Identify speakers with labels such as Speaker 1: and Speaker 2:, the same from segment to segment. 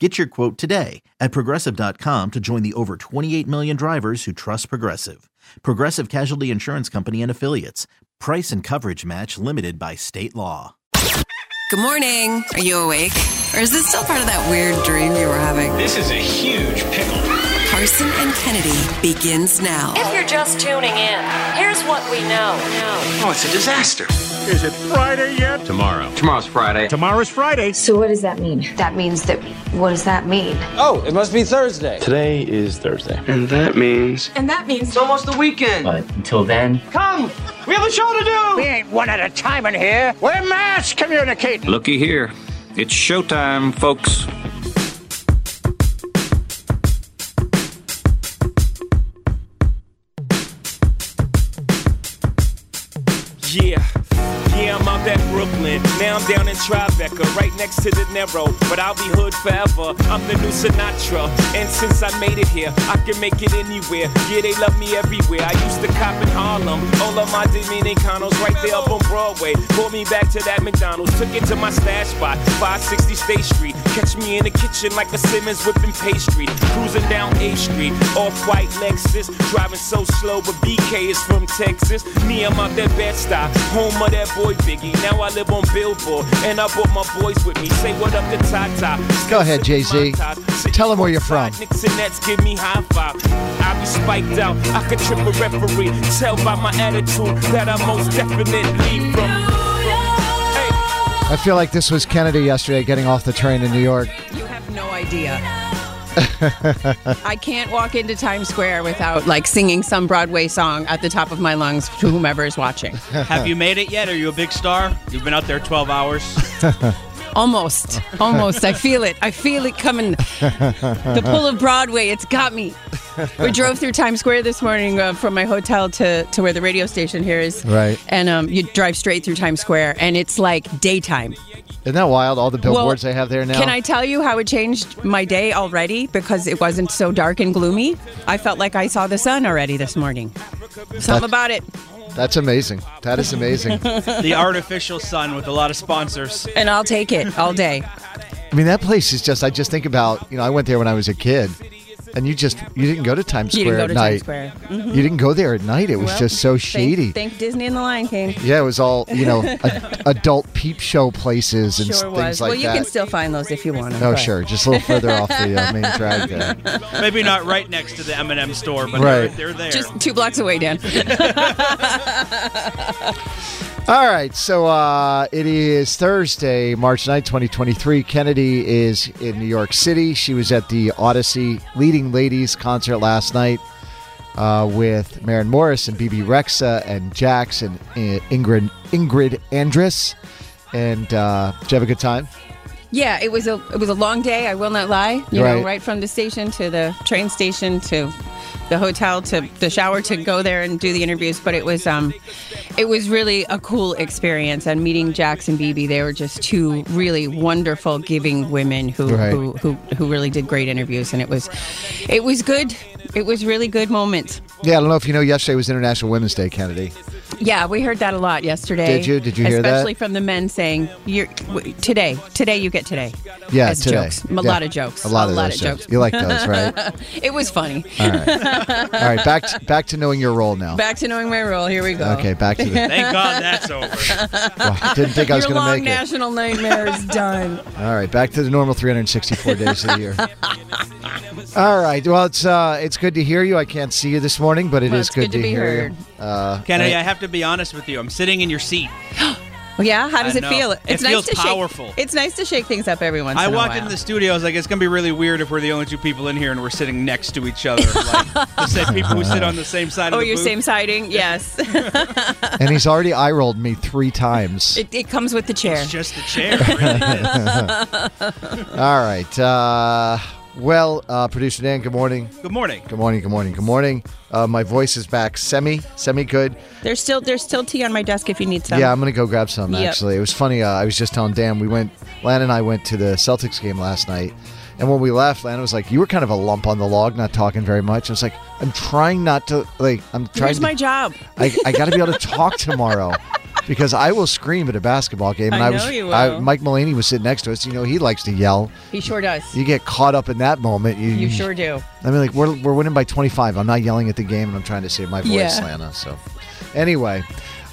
Speaker 1: Get your quote today at progressive.com to join the over 28 million drivers who trust Progressive. Progressive Casualty Insurance Company and Affiliates. Price and coverage match limited by state law.
Speaker 2: Good morning. Are you awake? Or is this still part of that weird dream you were having?
Speaker 3: This is a huge pickle.
Speaker 2: Carson and Kennedy begins now.
Speaker 4: If you're just tuning in, here's what we know.
Speaker 3: Oh, it's a disaster.
Speaker 5: Is it Friday yet?
Speaker 3: Tomorrow. Tomorrow's Friday.
Speaker 5: Tomorrow's Friday.
Speaker 6: So what does that mean? That means that. What does that mean?
Speaker 7: Oh, it must be Thursday.
Speaker 8: Today is Thursday.
Speaker 9: And that means.
Speaker 6: And that means.
Speaker 7: It's almost the weekend.
Speaker 8: But until then.
Speaker 7: Come! We have a show to do!
Speaker 5: We ain't one at a time in here. We're mass communicating.
Speaker 3: Looky here. It's showtime, folks.
Speaker 10: Yeah. Yeah, I'm out at Brooklyn. Now I'm down in Tribeca, right next to the Narrow. But I'll be hood forever. I'm the new Sinatra. And since I made it here, I can make it anywhere. Yeah, they love me everywhere. I used to cop in Harlem. All of my Dominicanos right there up on Broadway. Pulled me back to that McDonald's. Took it to my stash spot, 560 State Street. Catch me in the kitchen like a Simmons whipping pastry. Cruising down A Street, off white Lexus. Driving so slow, but BK is from Texas. Me, I'm out that bed stop, home of that boy Biggie. Now I live on Billboard, and I brought my boys with me. Say what up to Tata.
Speaker 11: Go ahead, Jay-Z. Tell 'em where you're from.
Speaker 10: Knicks and Nets give me high five. I be spiked out, I could trip a referee. Tell by my attitude that I most definitely from.
Speaker 11: I feel like this was Kennedy yesterday getting off the train in New York.
Speaker 12: You have no idea. I can't walk into Times Square without like singing some Broadway song at the top of my lungs to whomever is watching.
Speaker 13: Have you made it yet? Are you a big star? You've been out there 12 hours.
Speaker 12: Almost, almost. I feel it. I feel it coming. The pull of Broadway, it's got me. We drove through Times Square this morning uh, from my hotel to, to where the radio station here is.
Speaker 11: Right.
Speaker 12: And um, you drive straight through Times Square, and it's like daytime.
Speaker 11: Isn't that wild? All the billboards they have there now.
Speaker 12: Can I tell you how it changed my day already because it wasn't so dark and gloomy? I felt like I saw the sun already this morning. Something
Speaker 11: That-
Speaker 12: about it.
Speaker 11: That's amazing. That is amazing.
Speaker 13: the artificial sun with a lot of sponsors.
Speaker 12: And I'll take it all day.
Speaker 11: I mean, that place is just. I just think about. You know, I went there when I was a kid, and you just you didn't go to Times
Speaker 12: You
Speaker 11: Square
Speaker 12: didn't go
Speaker 11: at
Speaker 12: to
Speaker 11: night.
Speaker 12: Times Square. Mhm.
Speaker 11: You didn't go there at night. It was
Speaker 12: Well,
Speaker 11: just so shady.
Speaker 12: Thank, thank Disney and the Lion King.
Speaker 11: yeah, it was all you know, ad- adult peep show places and s-
Speaker 12: Sure
Speaker 11: things
Speaker 12: was.
Speaker 11: like
Speaker 12: well, you
Speaker 11: that.
Speaker 12: can still find those if you want them.
Speaker 11: no, sure, just a little further off the uh, main drag there.
Speaker 13: Maybe not right next to the M&M store, but
Speaker 11: Right.
Speaker 13: they're, they're there.
Speaker 12: Just two blocks away, Dan.
Speaker 11: All right, so uh, it is Thursday, March 9, 2023. Kennedy is in New York City. She was at the Odyssey Leading Ladies concert last night uh, with Maren Morris and BB Rexa and Jax and uh, Ingrid, Ingrid Andress. And uh, did you have a good time?
Speaker 12: yeah, it was a it was a long day. I will not lie. You
Speaker 11: Right.
Speaker 12: know, right from the station to the train station to the hotel to the shower to go there and do the interviews. But it was um, it was really a cool experience. And meeting Jax and BB, they were just two really wonderful, giving women who
Speaker 11: Right.
Speaker 12: who, who who really did great interviews. And it was it was good. It was really good moments.
Speaker 11: Yeah, I don't know if you know, yesterday was International Women's Day, Kennedy.
Speaker 12: Yeah, we heard that a lot yesterday.
Speaker 11: Did you? Did you hear that?
Speaker 12: Especially from the men saying, "You're w- today, today you get today."
Speaker 11: Yeah,
Speaker 12: as
Speaker 11: today.
Speaker 12: jokes. A
Speaker 11: Yeah.
Speaker 12: lot of jokes.
Speaker 11: A lot of those jokes. You like those, right?
Speaker 12: it was funny.
Speaker 11: All All right, back to, back to knowing your role now.
Speaker 12: Back to knowing my role. Here we go.
Speaker 11: Okay, back to the- Thank
Speaker 13: God that's over.
Speaker 11: I didn't think I was
Speaker 12: Your
Speaker 11: gonna
Speaker 12: long
Speaker 11: make it.
Speaker 12: national nightmare is done.
Speaker 11: All right, back to the normal 364 days of the year. All right. Well, it's uh, it's good to hear you. I can't see you this morning, but it is
Speaker 13: Well, it's
Speaker 11: good,
Speaker 13: good to be
Speaker 11: hear
Speaker 13: heard.
Speaker 11: you. Uh,
Speaker 13: Kennedy,
Speaker 11: I-
Speaker 13: I have to be honest with you. I'm sitting in your seat.
Speaker 12: Well, yeah, how does
Speaker 13: I
Speaker 12: it
Speaker 13: know.
Speaker 12: feel?
Speaker 13: It feels
Speaker 12: to
Speaker 13: powerful.
Speaker 12: shake. It's nice to shake things up every once
Speaker 13: I
Speaker 12: in a while.
Speaker 13: walked into the studio. I was like, it's going to be really weird if we're the only two people in here and we're sitting next to each other. Like, the same people who sit on the same side
Speaker 12: Oh,
Speaker 13: of the
Speaker 12: your
Speaker 13: booth.
Speaker 12: same siding? Yes.
Speaker 11: Uh, and he's already eye rolled me three times.
Speaker 12: it, it comes with the chair. It's
Speaker 13: just the chair.
Speaker 11: All right. Uh, well, uh, producer Dan, good morning.
Speaker 13: Good morning.
Speaker 11: Good morning. Good morning. Good morning. Uh, my voice is back. Semi, semi good.
Speaker 12: There's still there's still tea on my desk if you need some.
Speaker 11: Yeah, I'm gonna go grab some.
Speaker 12: Yep.
Speaker 11: Actually, it was funny. Uh, I was just telling Dan we went. Lan and I went to the Celtics game last night, and when we left, Lan was like, "You were kind of a lump on the log, not talking very much." I was like, "I'm trying not to. Like, I'm trying.
Speaker 12: Here's
Speaker 11: to,
Speaker 12: my job.
Speaker 11: I, I got to be able to talk tomorrow." Because I will scream at a basketball game, and
Speaker 12: I
Speaker 11: I,
Speaker 12: know
Speaker 11: was
Speaker 12: you
Speaker 11: I,
Speaker 12: will.
Speaker 11: Mike Mullaney was sitting next to us. You know he likes to yell.
Speaker 12: He sure does.
Speaker 11: You get caught up in that moment. You,
Speaker 12: You sure do.
Speaker 11: I mean, like we're, we're winning by 25. I'm not yelling at the game, and I'm trying to save my voice,
Speaker 12: Yeah.
Speaker 11: Lana. So, anyway,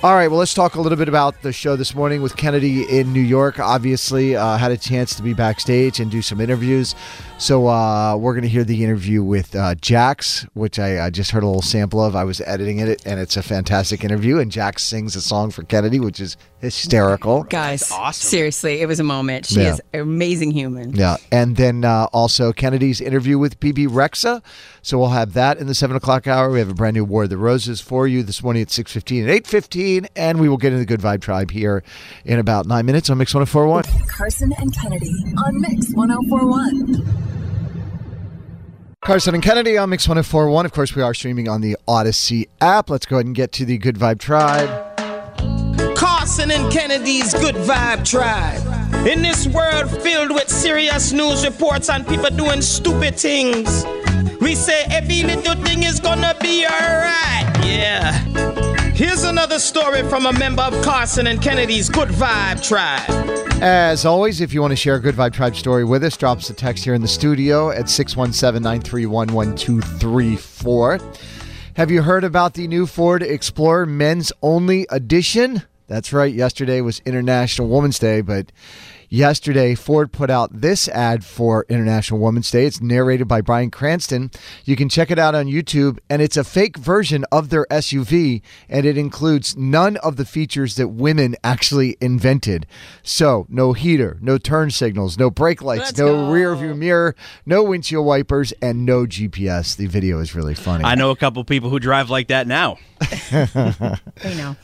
Speaker 11: all right. Well, let's talk a little bit about the show this morning with Kennedy in New York. Obviously, uh, had a chance to be backstage and do some interviews. So uh, we're going to hear the interview with uh, Jax, which I, I just heard a little sample of. I was editing it, and it's a fantastic interview. And Jax sings a song for Kennedy, which is hysterical.
Speaker 12: Guys, seriously, it was a moment. She
Speaker 11: Yeah.
Speaker 12: is an amazing human.
Speaker 11: Yeah, and then uh, also Kennedy's interview with PB Rexa. So we'll have that in the seven o'clock hour. We have a brand new War of the Roses for you this morning at six fifteen and eight fifteen, and we will get into the Good Vibe Tribe here in about nine minutes on Mix one zero four one.
Speaker 2: Carson and Kennedy on Mix 1041.
Speaker 11: Carson and Kennedy on Mix 1041. Of course, we are streaming on the Odyssey app. Let's go ahead and get to the Good Vibe Tribe.
Speaker 1: Carson and Kennedy's Good Vibe Tribe. In this world filled with serious news reports and people doing stupid things, we say every little thing is gonna be alright. Yeah. Here's another story from a member of Carson and Kennedy's Good Vibe Tribe.
Speaker 11: As always, if you want to share a Good Vibe Tribe story with us, drop us a text here in the studio at 617 931 1234. Have you heard about the new Ford Explorer Men's Only Edition? That's right, yesterday was International Women's Day, but yesterday Ford put out this ad for International Women's Day. It's narrated by Brian Cranston. You can check it out on YouTube, and it's a fake version of their SUV, and it includes none of the features that women actually invented. So, no heater, no turn signals, no brake lights, no rear view mirror, no windshield wipers, and no GPS. The video is really funny.
Speaker 13: I know a couple people who drive like that now.
Speaker 12: They know.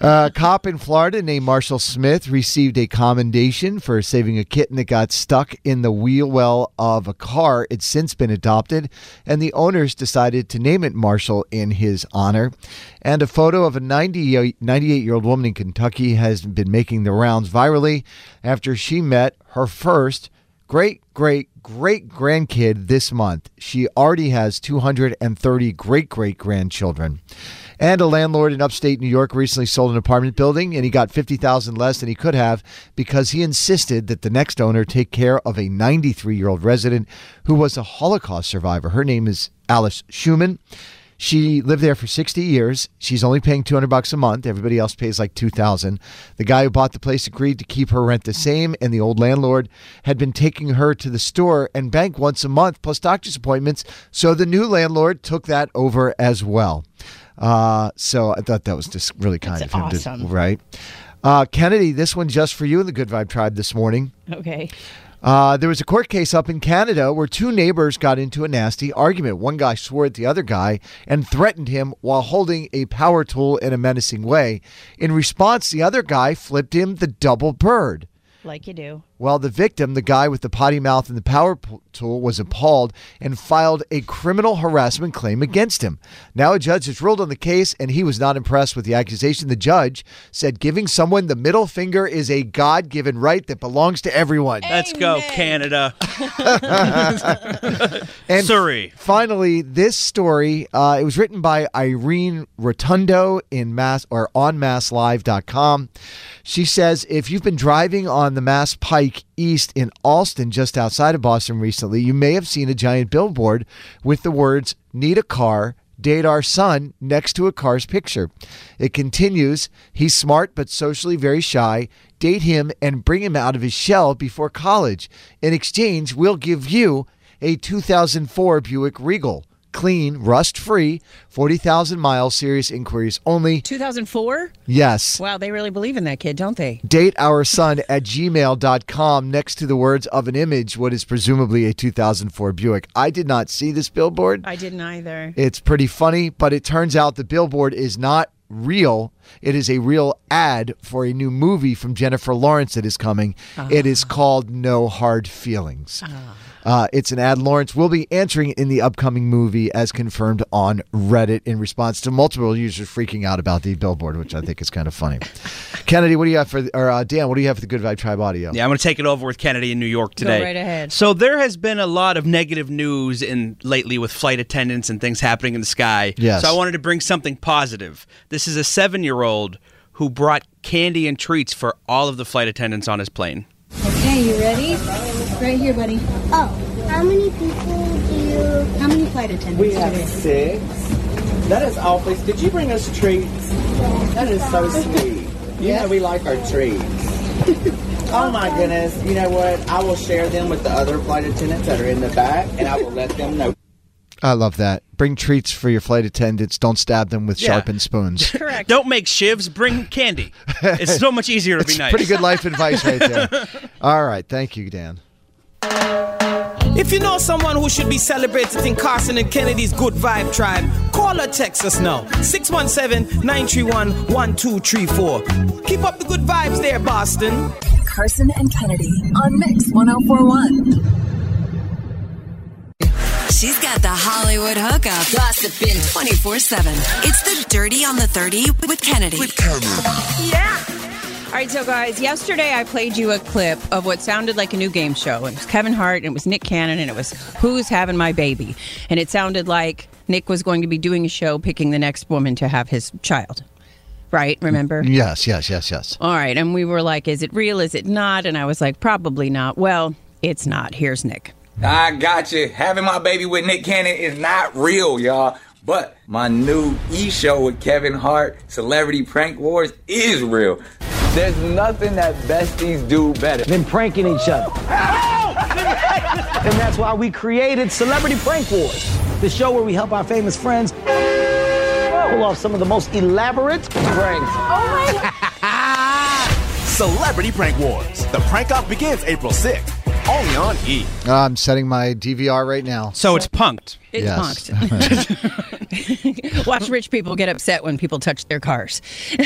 Speaker 11: Uh, A cop in Florida named Marshall Smith received a commendation for saving a kitten that got stuck in the wheel well of a car. It's since been adopted, and the owners decided to name it Marshall in his honor. And a photo of a 90, 98 year old woman in Kentucky has been making the rounds virally after she met her first great great great grandkid this month. She already has 230 great great grandchildren. And a landlord in upstate New York recently sold an apartment building and he got 50,000 less than he could have because he insisted that the next owner take care of a 93-year-old resident who was a Holocaust survivor. Her name is Alice Schumann. She lived there for 60 years. She's only paying 200 bucks a month. Everybody else pays like 2000. The guy who bought the place agreed to keep her rent the same and the old landlord had been taking her to the store and bank once a month plus doctor's appointments, so the new landlord took that over as well. Uh, so I thought that was just really kind
Speaker 12: That's
Speaker 11: of him
Speaker 12: awesome.
Speaker 11: to right. Uh, Kennedy, this one just for you in the Good Vibe Tribe this morning.
Speaker 12: Okay.
Speaker 11: Uh, there was a court case up in Canada where two neighbors got into a nasty argument. One guy swore at the other guy and threatened him while holding a power tool in a menacing way. In response, the other guy flipped him the double bird.
Speaker 12: Like you do.
Speaker 11: Well, the victim, the guy with the potty mouth and the power p- tool, was appalled and filed a criminal harassment claim against him. Now, a judge has ruled on the case, and he was not impressed with the accusation. The judge said giving someone the middle finger is a God given right that belongs to everyone.
Speaker 13: Let's go, Canada.
Speaker 11: And
Speaker 13: Surrey.
Speaker 11: Finally, this story. Uh, it was written by Irene Rotundo in mass or on masslive.com. She says if you've been driving on the Mass Pike Creek East in Alston, just outside of Boston recently, you may have seen a giant billboard with the words, Need a car, date our son, next to a car's picture. It continues, He's smart but socially very shy. Date him and bring him out of his shell before college. In exchange, we'll give you a 2004 Buick Regal. Clean, rust free, 40,000 miles, serious inquiries only.
Speaker 12: 2004?
Speaker 11: Yes.
Speaker 12: Wow, they really believe in that kid, don't they?
Speaker 11: Date our son at gmail.com next to the words of an image, what is presumably a 2004 Buick. I did not see this billboard.
Speaker 12: I didn't either.
Speaker 11: It's pretty funny, but it turns out the billboard is not real. It is a real ad for a new movie from Jennifer Lawrence that is coming. It is called No Hard Feelings. Uh, it's an ad Lawrence will be answering in the upcoming movie as confirmed on Reddit in response to multiple users freaking out about the billboard, which I think is kind of funny. Kennedy, what do you have for, or uh, Dan, what do you have for the Good Vibe Tribe audio?
Speaker 13: Yeah, I'm going to take it over with Kennedy in New York today.
Speaker 11: right ahead.
Speaker 13: So there has been a lot of negative news in lately with flight attendants and things happening in the sky.
Speaker 11: Yes.
Speaker 13: So I wanted to bring something positive. This is a seven-year-old who brought candy and treats for all of the flight attendants on his plane.
Speaker 14: Okay, you ready? Right here, buddy. Oh, how many people do you? How many flight attendants?
Speaker 15: We have
Speaker 14: today?
Speaker 15: six. That is awful. Did you bring us treats? That is so sweet. You know we like our treats. Oh my goodness. You know what? I will share them with the other flight attendants that are in the back and I will let them know.
Speaker 11: I love that. Bring treats for your flight attendants. Don't stab them with
Speaker 13: Yeah.
Speaker 11: sharpened spoons.
Speaker 13: Correct. Don't make shivs. Bring candy. It's so much easier to be
Speaker 11: It's
Speaker 13: nice.
Speaker 11: Pretty good life advice right there. All right. Thank you, Dan.
Speaker 1: If you know someone who should be celebrated in Carson and Kennedy's Good Vibe Tribe, call or text us now. 617-931-1234. Keep up the good vibes there, Boston.
Speaker 2: Carson and Kennedy on Mix 1041.
Speaker 16: She's got the Hollywood hookup. Gossiping 24 7. It's the Dirty on the 30 with Kennedy. With Kennedy.
Speaker 12: Yeah. All right, so guys, yesterday I played you a clip of what sounded like a new game show. It was Kevin Hart, and it was Nick Cannon, and it was Who's Having My Baby. And it sounded like Nick was going to be doing a show picking the next woman to have his child. Right? Remember?
Speaker 11: Yes, yes, yes, yes.
Speaker 12: All right. And we were like, is it real? Is it not? And I was like, probably not. Well, it's not. Here's Nick.
Speaker 17: I got you. Having my baby with Nick Cannon is not real, y'all. But my new e show with Kevin Hart, Celebrity Prank Wars, is real. There's nothing that besties do better than pranking each other.
Speaker 18: and that's why we created Celebrity Prank Wars, the show where we help our famous friends pull off some of the most elaborate pranks.
Speaker 19: Celebrity Prank Wars. The prank off begins April 6th. Only on E.
Speaker 11: I'm setting my DVR right now.
Speaker 13: So it's punked.
Speaker 12: It's
Speaker 11: Yes.
Speaker 12: Watch rich people get upset when people touch their cars.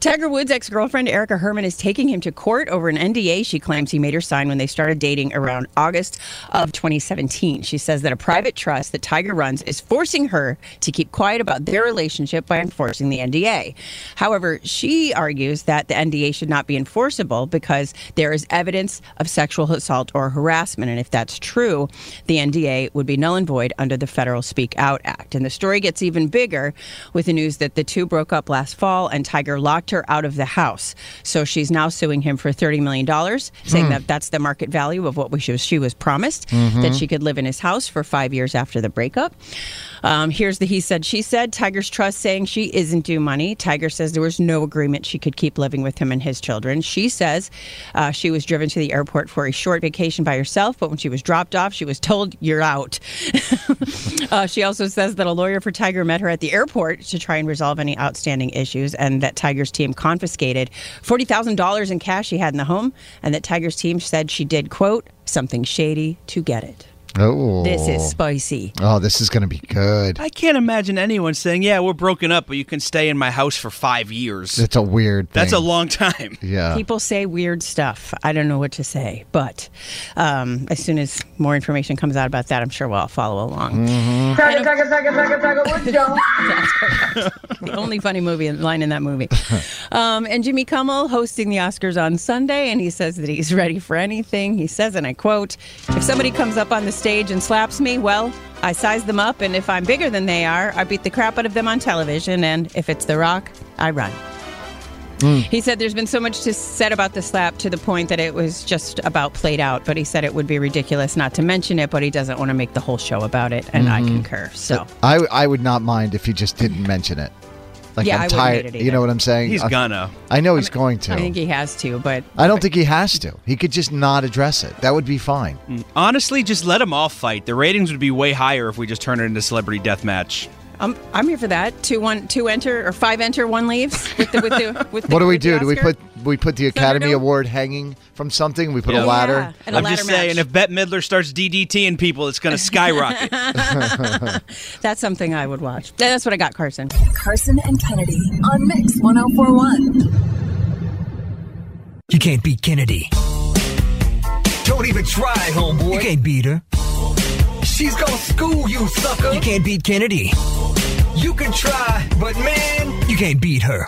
Speaker 12: Tiger Woods' ex girlfriend Erica Herman is taking him to court over an NDA she claims he made her sign when they started dating around August of 2017. She says that a private trust that Tiger runs is forcing her to keep quiet about their relationship by enforcing the NDA. However, she argues that the NDA should not be enforceable because there is evidence of sexual assault or harassment. And if that's true, the NDA would be null and void under the federal Speak Out Act. And the story gets even bigger with the news that the two broke up last fall and Tiger locked her out of the house. So she's now suing him for $30 million, saying
Speaker 5: Hmm.
Speaker 12: that that's the market value of what we she was, she was promised,
Speaker 5: Mhm.
Speaker 12: that she could live in his house for five years after the breakup. Um, here's the he said, she said. Tiger's trust saying she isn't due money. Tiger says there was no agreement she could keep living with him and his children. She says uh, she was driven to the airport for a short vacation by herself, but when she was dropped off, she was told, You're out. uh, she also says that a lawyer for Tiger met her at the airport to try and resolve any outstanding issues, and that Tiger's team confiscated $40,000 in cash she had in the home, and that Tiger's team said she did, quote, something shady to get it.
Speaker 11: Oh.
Speaker 12: This is spicy.
Speaker 11: Oh, this is going to be good.
Speaker 13: I can't imagine anyone saying, "Yeah, we're broken up, but you can stay in my house for five years."
Speaker 11: That's a weird thing.
Speaker 13: That's a long time.
Speaker 11: Yeah.
Speaker 12: People say weird stuff. I don't know what to say, but um, as soon as more information comes out about that, I'm sure we'll all follow along.
Speaker 20: Mm-hmm.
Speaker 21: Tiger, tiger, tiger, tiger, tiger, wood, Joe.
Speaker 12: the only funny movie line in that movie. Um, and Jimmy Kimmel hosting the Oscars on Sunday, and he says that he's ready for anything. He says, and I quote, "If somebody comes up on the stage and slaps me, well." I size them up, and if I'm bigger than they are, I beat the crap out of them on television. And if it's The Rock, I run. He said there's been so much to said about the slap to the point that it was just about played out, but he said it would be ridiculous not to mention it, but he doesn't want to make the whole show about it, and I
Speaker 11: Mhm.
Speaker 12: concur. So
Speaker 11: I I would not mind if he just didn't mention it. Like
Speaker 12: Yeah, I
Speaker 11: I'm
Speaker 12: wouldn't
Speaker 11: tired.
Speaker 12: hate it
Speaker 11: you know what I'm saying?
Speaker 12: He's
Speaker 11: I-
Speaker 13: gonna.
Speaker 11: I know he's going to.
Speaker 12: I think he has to, but
Speaker 11: I don't think he has to. He could just not address it. That would be fine.
Speaker 13: Mm. Honestly, just let them all fight. The ratings would be way higher if we just turned it into celebrity death match.
Speaker 12: I'm I'm here for that. Two one two enter or five enter one leaves with the with the with the,
Speaker 11: What do we
Speaker 12: with the
Speaker 11: do? Do we
Speaker 12: Oscar?
Speaker 11: put we put the Academy Award hanging from something? We put a ladder.
Speaker 12: and a
Speaker 13: I'm just
Speaker 12: ladder
Speaker 13: saying, if Bette Midler starts DDTing people, it's going to skyrocket.
Speaker 12: That's something I would watch. That's what I got, Carson.
Speaker 2: Carson and Kennedy on Mix 1041.
Speaker 5: You can't beat Kennedy. Don't even try, homeboy. You can't beat her. She's gonna school you, sucker. You can't beat Kennedy. You can try, but man, you can't beat her.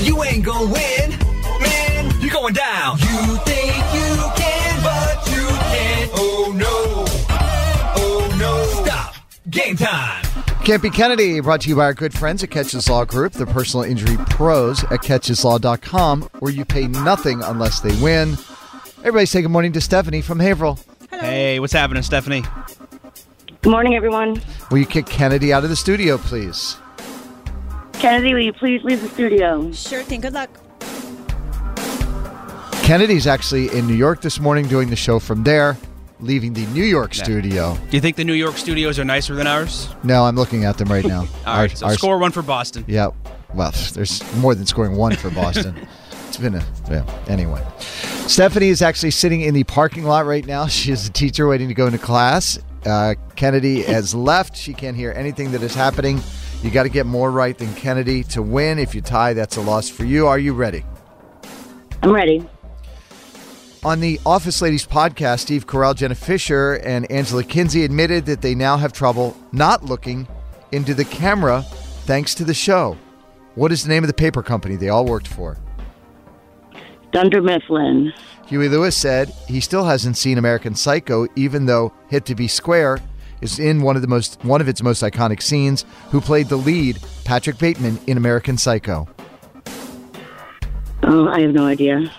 Speaker 5: You ain't gonna win, man. You're going down. You think you can, but you can't. Oh no. Oh no. Stop. Game time.
Speaker 11: Campy Kennedy, brought to you by our good friends at Catches Law Group, the personal injury pros at catcheslaw.com, where you pay nothing unless they win. Everybody say good morning to Stephanie from Haverhill.
Speaker 13: Hey, what's happening, Stephanie?
Speaker 22: Good morning, everyone.
Speaker 11: Will you kick Kennedy out of the studio, please?
Speaker 22: Kennedy, will you please leave the studio?
Speaker 12: Sure thing. Good luck.
Speaker 11: Kennedy's actually in New York this morning doing the show from there, leaving the New York studio.
Speaker 13: Do you think the New York studios are nicer than ours?
Speaker 11: No, I'm looking at them right now.
Speaker 13: All
Speaker 11: Our-
Speaker 13: right, so
Speaker 11: our-
Speaker 13: score one for Boston.
Speaker 11: Yeah. Well, there's more than scoring one for Boston. it's been a yeah. Anyway, Stephanie is actually sitting in the parking lot right now. She is a teacher waiting to go into class. Uh, Kennedy has left. She can't hear anything that is happening. You got to get more right than Kennedy to win. If you tie, that's a loss for you. Are you ready?
Speaker 22: I'm ready.
Speaker 11: On the Office Ladies podcast, Steve Carell, Jenna Fisher, and Angela Kinsey admitted that they now have trouble not looking into the camera thanks to the show. What is the name of the paper company they all worked for?
Speaker 22: Dunder Mifflin.
Speaker 11: Huey Lewis said he still hasn't seen American Psycho, even though Hit to Be Square is in one of the most one of its most iconic scenes. Who played the lead, Patrick Bateman, in American Psycho?
Speaker 22: Oh, I have no idea.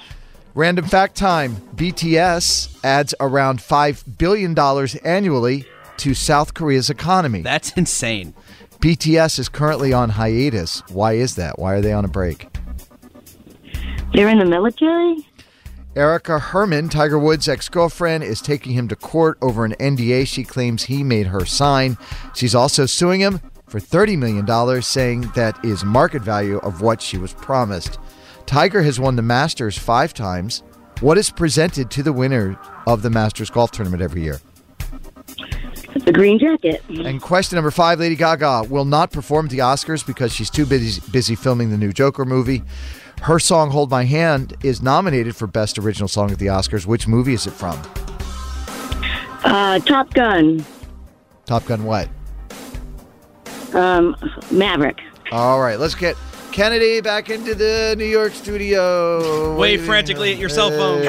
Speaker 11: Random fact time BTS adds around $5 billion annually to South Korea's economy.
Speaker 13: That's insane.
Speaker 11: BTS is currently on hiatus. Why is that? Why are they on a break?
Speaker 22: They're in the military?
Speaker 11: Erica Herman, Tiger Woods' ex girlfriend, is taking him to court over an NDA she claims he made her sign. She's also suing him for $30 million, saying that is market value of what she was promised. Tiger has won the Masters five times. What is presented to the winner of the Masters golf tournament every year?
Speaker 22: The green jacket.
Speaker 11: And question number five Lady Gaga will not perform at the Oscars because she's too busy, busy filming the new Joker movie. Her song Hold My Hand is nominated for Best Original Song at the Oscars. Which movie is it from?
Speaker 22: Uh, Top Gun.
Speaker 11: Top Gun what?
Speaker 22: Um, Maverick.
Speaker 11: All right, let's get Kennedy back into the New York studio.
Speaker 13: Wave frantically at your cell phone. It's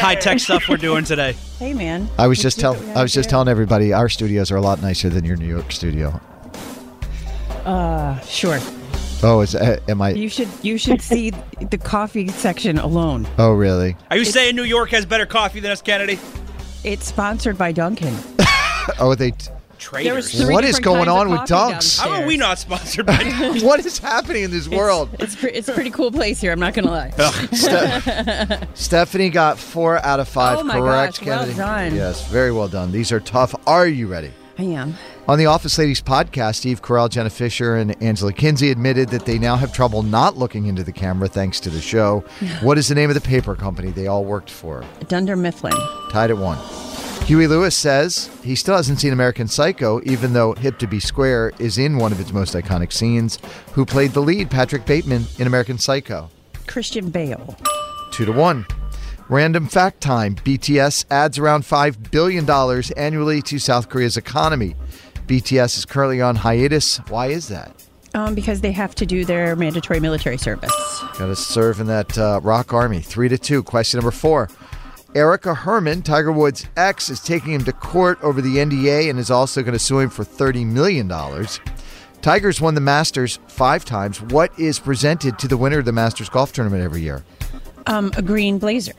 Speaker 13: high tech stuff we're doing today.
Speaker 12: Hey man.
Speaker 11: I was just telling I was just telling everybody our studios are a lot nicer than your New York studio.
Speaker 12: Uh, sure.
Speaker 11: Oh, is uh, am I?
Speaker 12: You should you should see the coffee section alone.
Speaker 11: Oh, really?
Speaker 13: Are you saying New York has better coffee than us, Kennedy?
Speaker 12: It's sponsored by Dunkin'.
Speaker 11: Oh, they.
Speaker 12: There was three
Speaker 11: what is
Speaker 12: different
Speaker 11: going
Speaker 12: kinds of
Speaker 11: on with
Speaker 12: coffee
Speaker 11: Dunks?
Speaker 13: How are we not sponsored by Dunkin'?
Speaker 11: what is happening in this world?
Speaker 12: It's pre- it's a pretty cool place here. I'm not gonna lie.
Speaker 11: Stephanie got four out of five
Speaker 12: Oh my
Speaker 11: correct.
Speaker 12: gosh, well
Speaker 11: Kennedy.
Speaker 12: done.
Speaker 11: Yes, very well done. These are tough. Are you ready?
Speaker 12: I am.
Speaker 11: On the Office Ladies podcast, Steve Carell, Jenna Fisher, and Angela Kinsey admitted that they now have trouble not looking into the camera thanks to the show. what is the name of the paper company they all worked for?
Speaker 12: Dunder Mifflin.
Speaker 11: Tied at one. Huey Lewis says he still hasn't seen American Psycho, even though Hip to Be Square is in one of its most iconic scenes. Who played the lead, Patrick Bateman, in American Psycho?
Speaker 12: Christian Bale.
Speaker 11: two to one. Random fact time BTS adds around $5 billion annually to South Korea's economy. BTS is currently on hiatus. Why is that?
Speaker 12: Um, because they have to do their mandatory military service.
Speaker 11: Got to serve in that uh, rock army. Three to two. Question number four. Erica Herman, Tiger Woods' ex, is taking him to court over the NDA and is also going to sue him for $30 million. Tiger's won the Masters five times. What is presented to the winner of the Masters golf tournament every year?
Speaker 12: Um, a green blazer.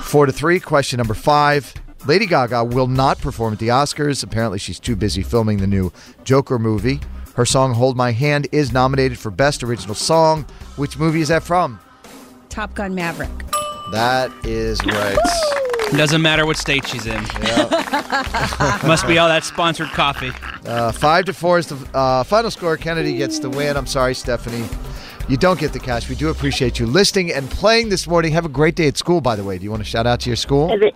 Speaker 11: Four to three. Question number five. Lady Gaga will not perform at the Oscars. Apparently, she's too busy filming the new Joker movie. Her song Hold My Hand is nominated for Best Original Song. Which movie is that from?
Speaker 12: Top Gun Maverick.
Speaker 11: That is right.
Speaker 13: Doesn't matter what state she's in. Must be all that sponsored coffee.
Speaker 11: Uh, five to four is the uh, final score. Kennedy gets the win. I'm sorry, Stephanie. You don't get the cash. We do appreciate you listening and playing this morning. Have a great day at school, by the way. Do you want to shout out to your school?
Speaker 22: Is it?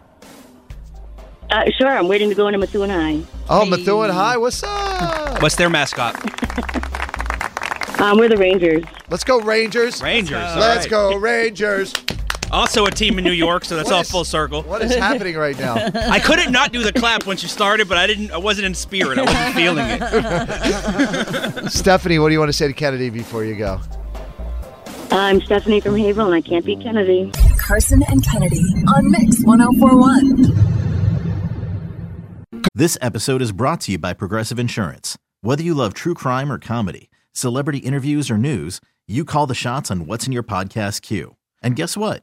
Speaker 22: Uh, sure, I'm waiting to go into Methuen High.
Speaker 11: Oh, Methuen High, what's up?
Speaker 13: What's their mascot?
Speaker 22: Um, we're the Rangers.
Speaker 11: Let's go, Rangers.
Speaker 13: Rangers. all
Speaker 11: Let's
Speaker 13: right.
Speaker 11: go, Rangers.
Speaker 13: Also a team in New York, so that's
Speaker 11: What
Speaker 13: all
Speaker 11: is-
Speaker 13: full circle. What
Speaker 11: is happening right now?
Speaker 13: I couldn't not do the clap once you started, but I didn't. I wasn't in spirit. I wasn't feeling it.
Speaker 11: Stephanie, what do you want to say to Kennedy before you go?
Speaker 22: I'm Stephanie from Havel, and I can't beat Kennedy.
Speaker 2: Carson and Kennedy on Mix 1041.
Speaker 23: This episode is brought to you by Progressive Insurance. Whether you love true crime or comedy, celebrity interviews or news, you call the shots on what's in your podcast queue. And guess what?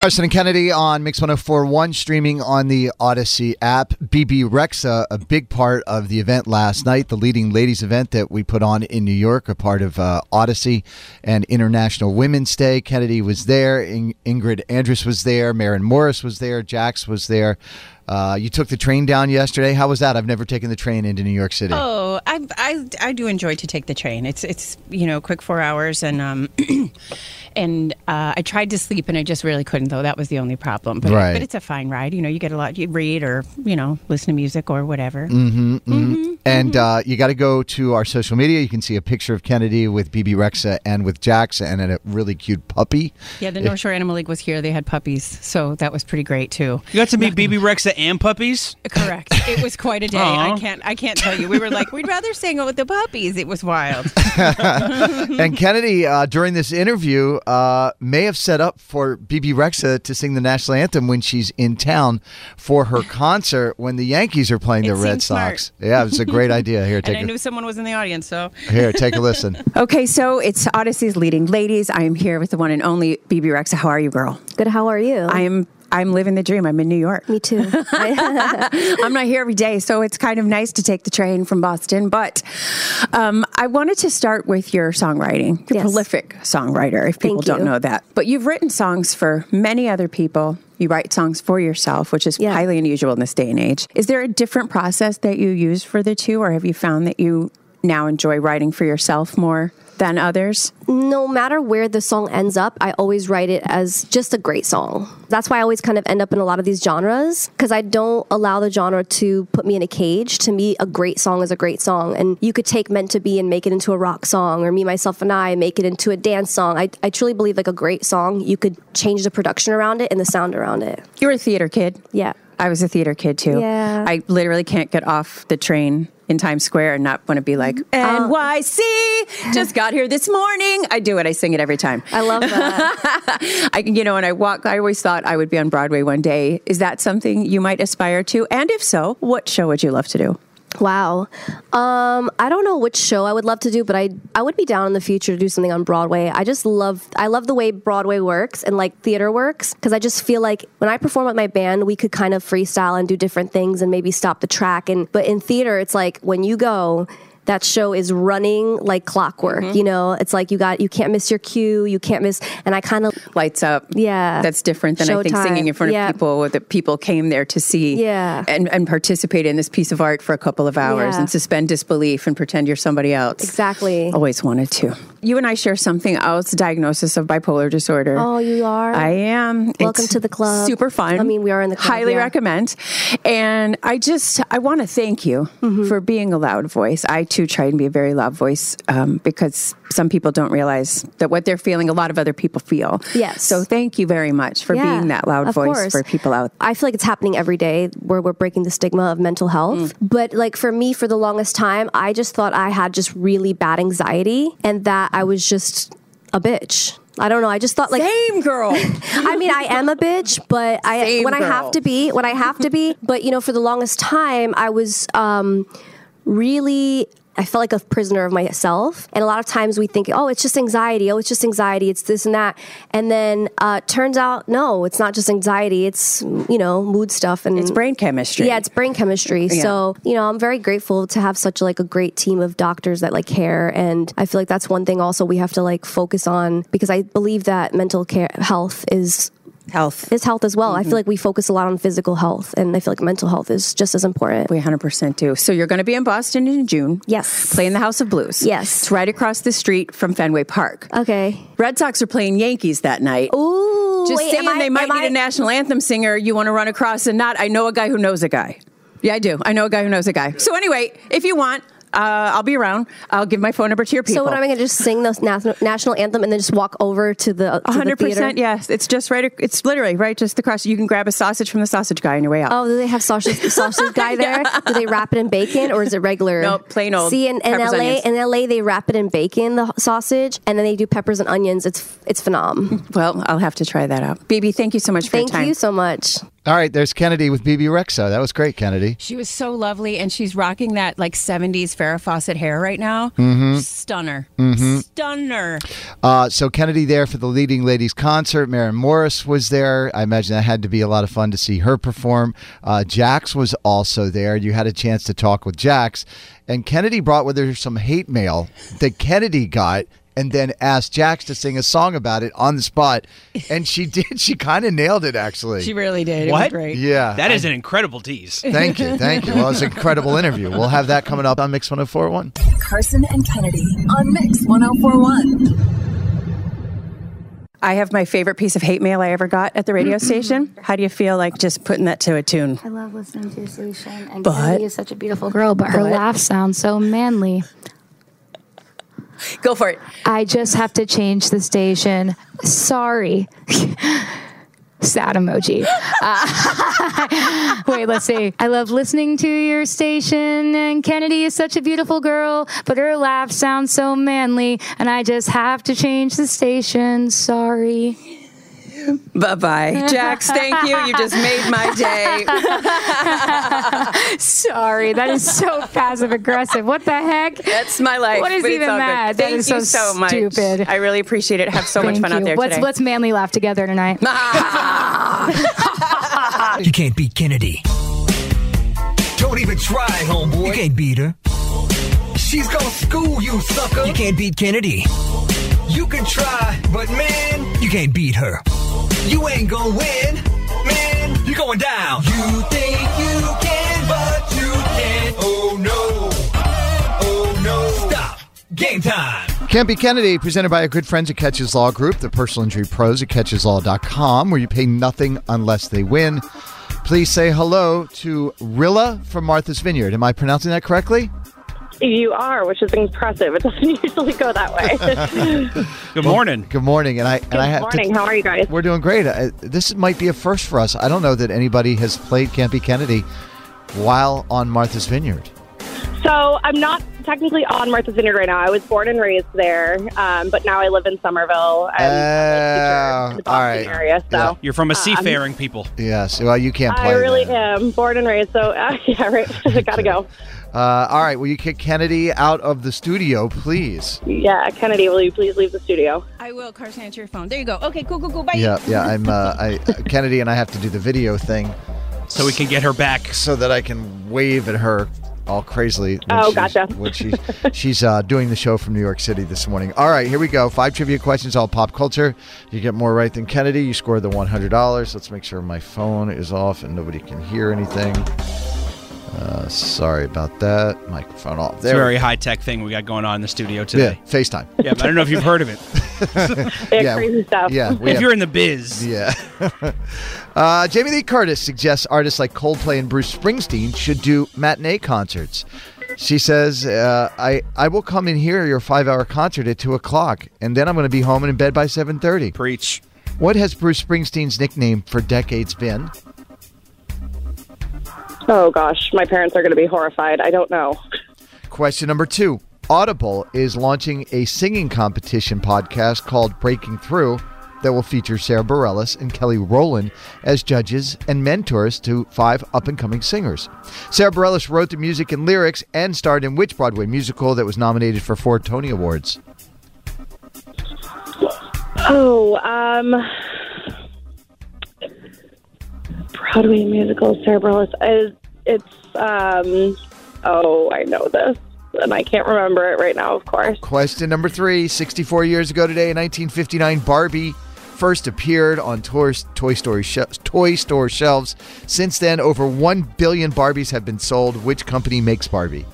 Speaker 11: Carson and Kennedy on Mix 1041, streaming on the Odyssey app. BB Rexa, a big part of the event last night, the leading ladies event that we put on in New York, a part of uh, Odyssey and International Women's Day. Kennedy was there, In- Ingrid Andrus was there, Marin Morris was there, Jax was there. Uh, you took the train down yesterday. How was that? I've never taken the train into New York City.
Speaker 12: Oh, I, I I do enjoy to take the train. It's it's you know quick four hours and um and uh, I tried to sleep and I just really couldn't though. That was the only problem. But
Speaker 11: Right.
Speaker 12: but it's a fine ride. You know, you get a lot. You read or you know listen to music or whatever.
Speaker 11: Mm-hmm, mm-hmm. And uh, you got to go to our social media. You can see a picture of Kennedy with BB Rexa and with Jax and a really cute puppy.
Speaker 12: Yeah, the
Speaker 11: If-
Speaker 12: North Shore Animal League was here. They had puppies, so that was pretty great too.
Speaker 13: You got to meet BB Rexa and puppies.
Speaker 12: Correct. It was quite a day.
Speaker 13: Aw.
Speaker 12: I can't. I can't tell you. We were like, we'd rather stay out with the puppies. It was wild.
Speaker 11: and Kennedy, uh, during this interview, uh, may have set up for BB Rexa to sing the national anthem when she's in town for her concert when the Yankees are playing the
Speaker 12: It
Speaker 11: Red
Speaker 12: seemed smart.
Speaker 11: Sox. Yeah, it's a great idea. Here,
Speaker 12: and
Speaker 11: take
Speaker 12: I
Speaker 11: a,
Speaker 12: knew someone was in the audience, so
Speaker 11: here, take a listen.
Speaker 24: Okay, so it's Odyssey's leading ladies. I am here with the one and only BB Rexa. How are you, girl?
Speaker 25: Good. How are you?
Speaker 24: I am
Speaker 12: I'm living the dream. I'm in New York. Me too. I'm not here every day, so it's kind of nice to take the train from Boston. But um, I wanted to start with your songwriting. You're a prolific songwriter, if people
Speaker 6: Thank
Speaker 12: don't
Speaker 6: you.
Speaker 12: know that. But you've written songs for many other people. You write songs for yourself, which is highly unusual in this day and age. Is there a different process that you use for the two, or have you found that you now enjoy writing for yourself more than others?
Speaker 6: no matter where the song ends up, I always write it as just a great song. That's why I always kind of end up in a lot of these genres because I don't allow the genre to put me in a cage. To me, a great song is a great song. And you could take Meant to Be and make it into a rock song, or Me, Myself, and I make it into a dance song. I, I truly believe like a great song, you could change the production around it and the sound around it.
Speaker 12: You were a theater kid. Yeah. I was a theater kid too.
Speaker 6: Yeah.
Speaker 12: I literally can't get off the train in Times Square and not want to be like, NYC, just got here this morning. I do it. I sing it every time. I love that. I, you know, and I walk, I always thought I would be on Broadway one day. Is that something you might aspire to? And if so, what show would you love to do?
Speaker 6: Wow. Um, I don't know which show I would love to do, but I I would be down in the future to do something on Broadway. I just love I love the way Broadway works and like theater works because I just feel like when I perform with my band, we could kind of freestyle and do different things and maybe stop the track and but in theater, it's like when you go that show is running like clockwork,
Speaker 12: Mm-hmm.
Speaker 6: you know? It's like you got you can't miss your cue, you can't miss and I kind of
Speaker 12: lights up.
Speaker 6: Yeah.
Speaker 12: That's different than I think
Speaker 6: uh, Showtime.
Speaker 12: singing in front
Speaker 6: Yeah.
Speaker 12: of people that people came there to see
Speaker 6: Yeah.
Speaker 12: and, and participate in this piece of art for a couple of hours
Speaker 6: Yeah.
Speaker 12: and suspend disbelief and pretend you're somebody else.
Speaker 6: Exactly.
Speaker 12: Always wanted to. You and I share something else diagnosis of bipolar disorder.
Speaker 6: Oh, you are?
Speaker 12: I am.
Speaker 6: Welcome to the club.
Speaker 12: Super fun.
Speaker 6: I mean, we are in the club,
Speaker 12: Highly
Speaker 6: yeah.
Speaker 12: recommend. And I just, I want to thank you
Speaker 6: Mm-hmm.
Speaker 12: for being a loud voice. I too try and be a very loud voice um, because some people don't realize that what they're feeling, a lot of other people feel.
Speaker 6: Yes.
Speaker 12: So thank you very much for
Speaker 6: Yeah,
Speaker 12: being that loud
Speaker 6: of
Speaker 12: voice
Speaker 6: course.
Speaker 12: for people out
Speaker 6: I feel like it's happening every day where we're breaking the stigma of mental
Speaker 12: Mm.
Speaker 6: health. But like for me, for the longest time, I just thought I had just really bad anxiety and that I was just a bitch. I don't know. I just thought like
Speaker 12: same girl.
Speaker 6: I mean, I am a bitch, but I
Speaker 12: Same
Speaker 6: when I
Speaker 12: girl.
Speaker 6: have to be, when I have to be. But you know, for the longest time, I was um, really. I felt like a prisoner of myself. And a lot of times we think, oh, it's just anxiety. Oh, it's just anxiety. It's this and that. And then uh, turns out, no, it's not just anxiety. It's, you know, mood stuff. And
Speaker 12: It's brain chemistry.
Speaker 6: Yeah, it's brain chemistry.
Speaker 12: Yeah.
Speaker 6: So, you know, I'm very grateful to have such like a great team of doctors that like care. And I feel like that's one thing also we have to like focus on because I believe that mental care health is
Speaker 12: health Mm-hmm.
Speaker 6: is health as well. I feel like we focus a lot on physical health and I feel like mental health is just as important.
Speaker 12: We 100% do. So you're going to be uh, in Boston in June.
Speaker 6: Yes.
Speaker 12: Playing the House of Blues. Yes. It's right across the street from Fenway Park.
Speaker 6: Okay.
Speaker 12: Red Sox are playing Yankees that night.
Speaker 6: Ooh.
Speaker 12: Just
Speaker 6: wait,
Speaker 12: saying
Speaker 6: am I-
Speaker 12: they might
Speaker 6: am
Speaker 12: need a
Speaker 6: I-
Speaker 12: national anthem singer. You want to run across and not. I know a guy who knows a guy. Yeah, I do. I know a guy who knows a guy. So anyway, if you want, uh, I'll be around. I'll give my phone number to your people.
Speaker 6: So what am I going to just sing the nas- national anthem and then just walk over to the to the
Speaker 12: hundred percent.
Speaker 6: theater?
Speaker 12: Yes, it's just right. ac- It's literally right just across. You can grab a sausage from the sausage guy on your way out.
Speaker 6: Oh, do they have sausage sausage guy there? Do they wrap it in bacon or is it regular?
Speaker 12: Nope, plain old
Speaker 6: See, in, in
Speaker 12: peppers,
Speaker 6: LA,
Speaker 12: onions.
Speaker 6: in LA, they wrap it in bacon the h- sausage, and then they do peppers and onions. It's it's phenom.
Speaker 12: Well, I'll have to try that out. BB, thank you so much for
Speaker 6: Thank
Speaker 12: your time.
Speaker 6: you so much.
Speaker 11: All right, there's Kennedy with BB Rexa. That was great, Kennedy.
Speaker 12: She was so lovely, and she's rocking that like '70s Farrah Fawcett hair right now.
Speaker 11: Mhm.
Speaker 12: Stunner,
Speaker 11: Mhm.
Speaker 12: stunner.
Speaker 11: Uh, so Kennedy there for the leading ladies concert. Maren Morris was there. I imagine that had to be a lot of fun to see her perform. Uh, Jax was also there. You had a chance to talk with Jax, and Kennedy brought with her some hate mail that Kennedy got. And then asked Jax to sing a song about it on the spot, and she did. She kind of nailed it, actually.
Speaker 12: She really did.
Speaker 11: What? Yeah,
Speaker 13: That
Speaker 11: I-
Speaker 13: is an incredible tease.
Speaker 11: Thank you, thank you. Well, it's an incredible interview. We'll have that coming up on Mix 1041.
Speaker 2: Carson and Kennedy on Mix 1041.
Speaker 12: I have my favorite piece of hate mail I ever got at the radio station. How do you feel like just putting that to a tune?
Speaker 20: I love listening to your station. And
Speaker 12: But-
Speaker 20: Kennedy is such a beautiful girl, but her
Speaker 12: But-
Speaker 20: laugh sounds so manly.
Speaker 12: Go for it.
Speaker 20: I just have to change the station. Sorry. Sad emoji. Uh, wait, let's see. I love listening to your station, and Kennedy is such a beautiful girl, but her laugh sounds so manly, and I just have to change the station. Sorry.
Speaker 12: Bye bye, Jax. Thank you. You just made my day.
Speaker 20: Sorry, that is so passive aggressive. What the heck?
Speaker 12: That's my life.
Speaker 20: What is
Speaker 12: but it's
Speaker 20: even
Speaker 12: all good.
Speaker 20: that?
Speaker 12: Thank
Speaker 20: that is
Speaker 12: you
Speaker 20: so,
Speaker 12: much.
Speaker 20: stupid.
Speaker 12: I really appreciate it. Have so much
Speaker 20: Thank
Speaker 12: fun out
Speaker 20: you.
Speaker 12: there
Speaker 20: let's,
Speaker 12: today.
Speaker 20: Let's manly laugh together tonight.
Speaker 5: You can't beat Kennedy. Don't even try, homeboy. You can't beat her. She's gonna school you, sucker. You can't beat Kennedy. You can try, but man, you can't beat her. You ain't gonna win, man. You're going down. You think you can, but you can't. Oh no. Oh no. Stop. Game time.
Speaker 11: Campy Kennedy, presented by our good friends at Catches Law Group, the personal injury pros at catcheslaw.com, where you pay nothing unless they win. Please say hello to Rilla from Martha's Vineyard. Am I pronouncing that correctly?
Speaker 3: You are, which is impressive. It doesn't usually go that way.
Speaker 11: Good morning. Good morning, and I and I
Speaker 3: Good
Speaker 11: have
Speaker 3: morning.
Speaker 11: To,
Speaker 3: How are you guys?
Speaker 11: We're doing great. Uh, this might be a first for us. I don't know that anybody has played Campy Kennedy while on Martha's Vineyard.
Speaker 3: So I'm not technically on Martha's Vineyard right now. I was born and raised there, um, but now I live in Somerville
Speaker 11: Uh, all right.
Speaker 3: area. So um,
Speaker 11: Yeah.
Speaker 13: You're from a seafaring people.
Speaker 11: Yes. Well, you can't play.
Speaker 3: I really am born and raised. So uh, yeah, right. Gotta go.
Speaker 11: that. Uh, all right. Will you kick Kennedy out of the studio, please?
Speaker 3: Yeah, Kennedy, will you please leave the studio?
Speaker 12: I will, Carson, answer your phone. There you go. Okay, cool, cool, cool. Bye.
Speaker 11: Yeah, yeah. I'm uh, I Kennedy, and I have to do the video thing,
Speaker 13: so we can get her back,
Speaker 11: so that I can wave at her all crazily. when
Speaker 3: Oh,
Speaker 11: she's-
Speaker 3: gotcha.
Speaker 11: When she's she's uh, doing the show from New York City this morning. All right, here we go. Five trivia questions, all pop culture. You get more right than Kennedy. You score the one hundred dollars. Let's make sure my phone is off and nobody can hear anything. Uh, sorry about that. Microphone off.
Speaker 13: It's a very high tech thing we got going on in the studio today.
Speaker 11: Yeah, FaceTime.
Speaker 13: Yeah, but I don't know if you've heard of it.
Speaker 3: yeah, crazy stuff.
Speaker 11: Yeah,
Speaker 13: if you're in the biz.
Speaker 11: Yeah. uh, Jamie Lee Curtis suggests artists like Coldplay and Bruce Springsteen should do matinee concerts. She says, uh, "I I will come and hear your five-hour concert at two o'clock, and then I'm going to be home and in bed by seven thirty.
Speaker 13: Preach.
Speaker 11: What has Bruce Springsteen's nickname for decades been?
Speaker 3: Oh gosh, my parents are gonna be horrified. I don't know.
Speaker 11: Question number two: Audible is launching a singing competition podcast called Breaking Through that will feature Sarah Bareilles and Kelly Rowland as judges and mentors to five up-and-coming singers. Sarah Bareilles wrote the music and lyrics and starred in which Broadway musical that was nominated for four Tony Awards?
Speaker 3: Oh, um, Broadway musical Cerebralis. Is, it's um, oh, I know this, and I can't remember it right now. Of course.
Speaker 11: Question number three 64 years ago today, in 1959, Barbie first appeared on tours, toy, Story sh- toy store shelves. Since then, over 1 billion Barbies have been sold. Which company makes Barbie?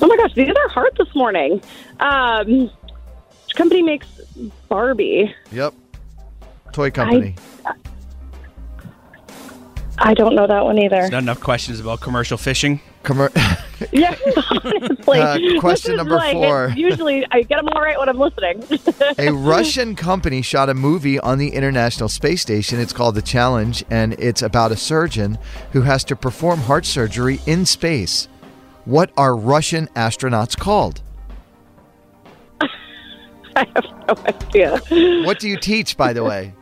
Speaker 3: Oh my gosh, these are hard this morning. Um, which company makes Barbie?
Speaker 11: Yep. Toy company.
Speaker 3: I don't know that one either.
Speaker 13: Not enough questions about commercial fishing.
Speaker 3: Yeah, honestly.
Speaker 11: Uh,
Speaker 3: This
Speaker 11: question
Speaker 3: is
Speaker 11: number
Speaker 3: like-
Speaker 11: four.
Speaker 3: Usually, I get them all right when I'm listening.
Speaker 11: a Russian company shot a movie on the International Space Station. It's called The Challenge, and it's about a surgeon who has to perform heart surgery in space. What are Russian astronauts called?
Speaker 3: Yeah.
Speaker 11: What do you teach, by the way?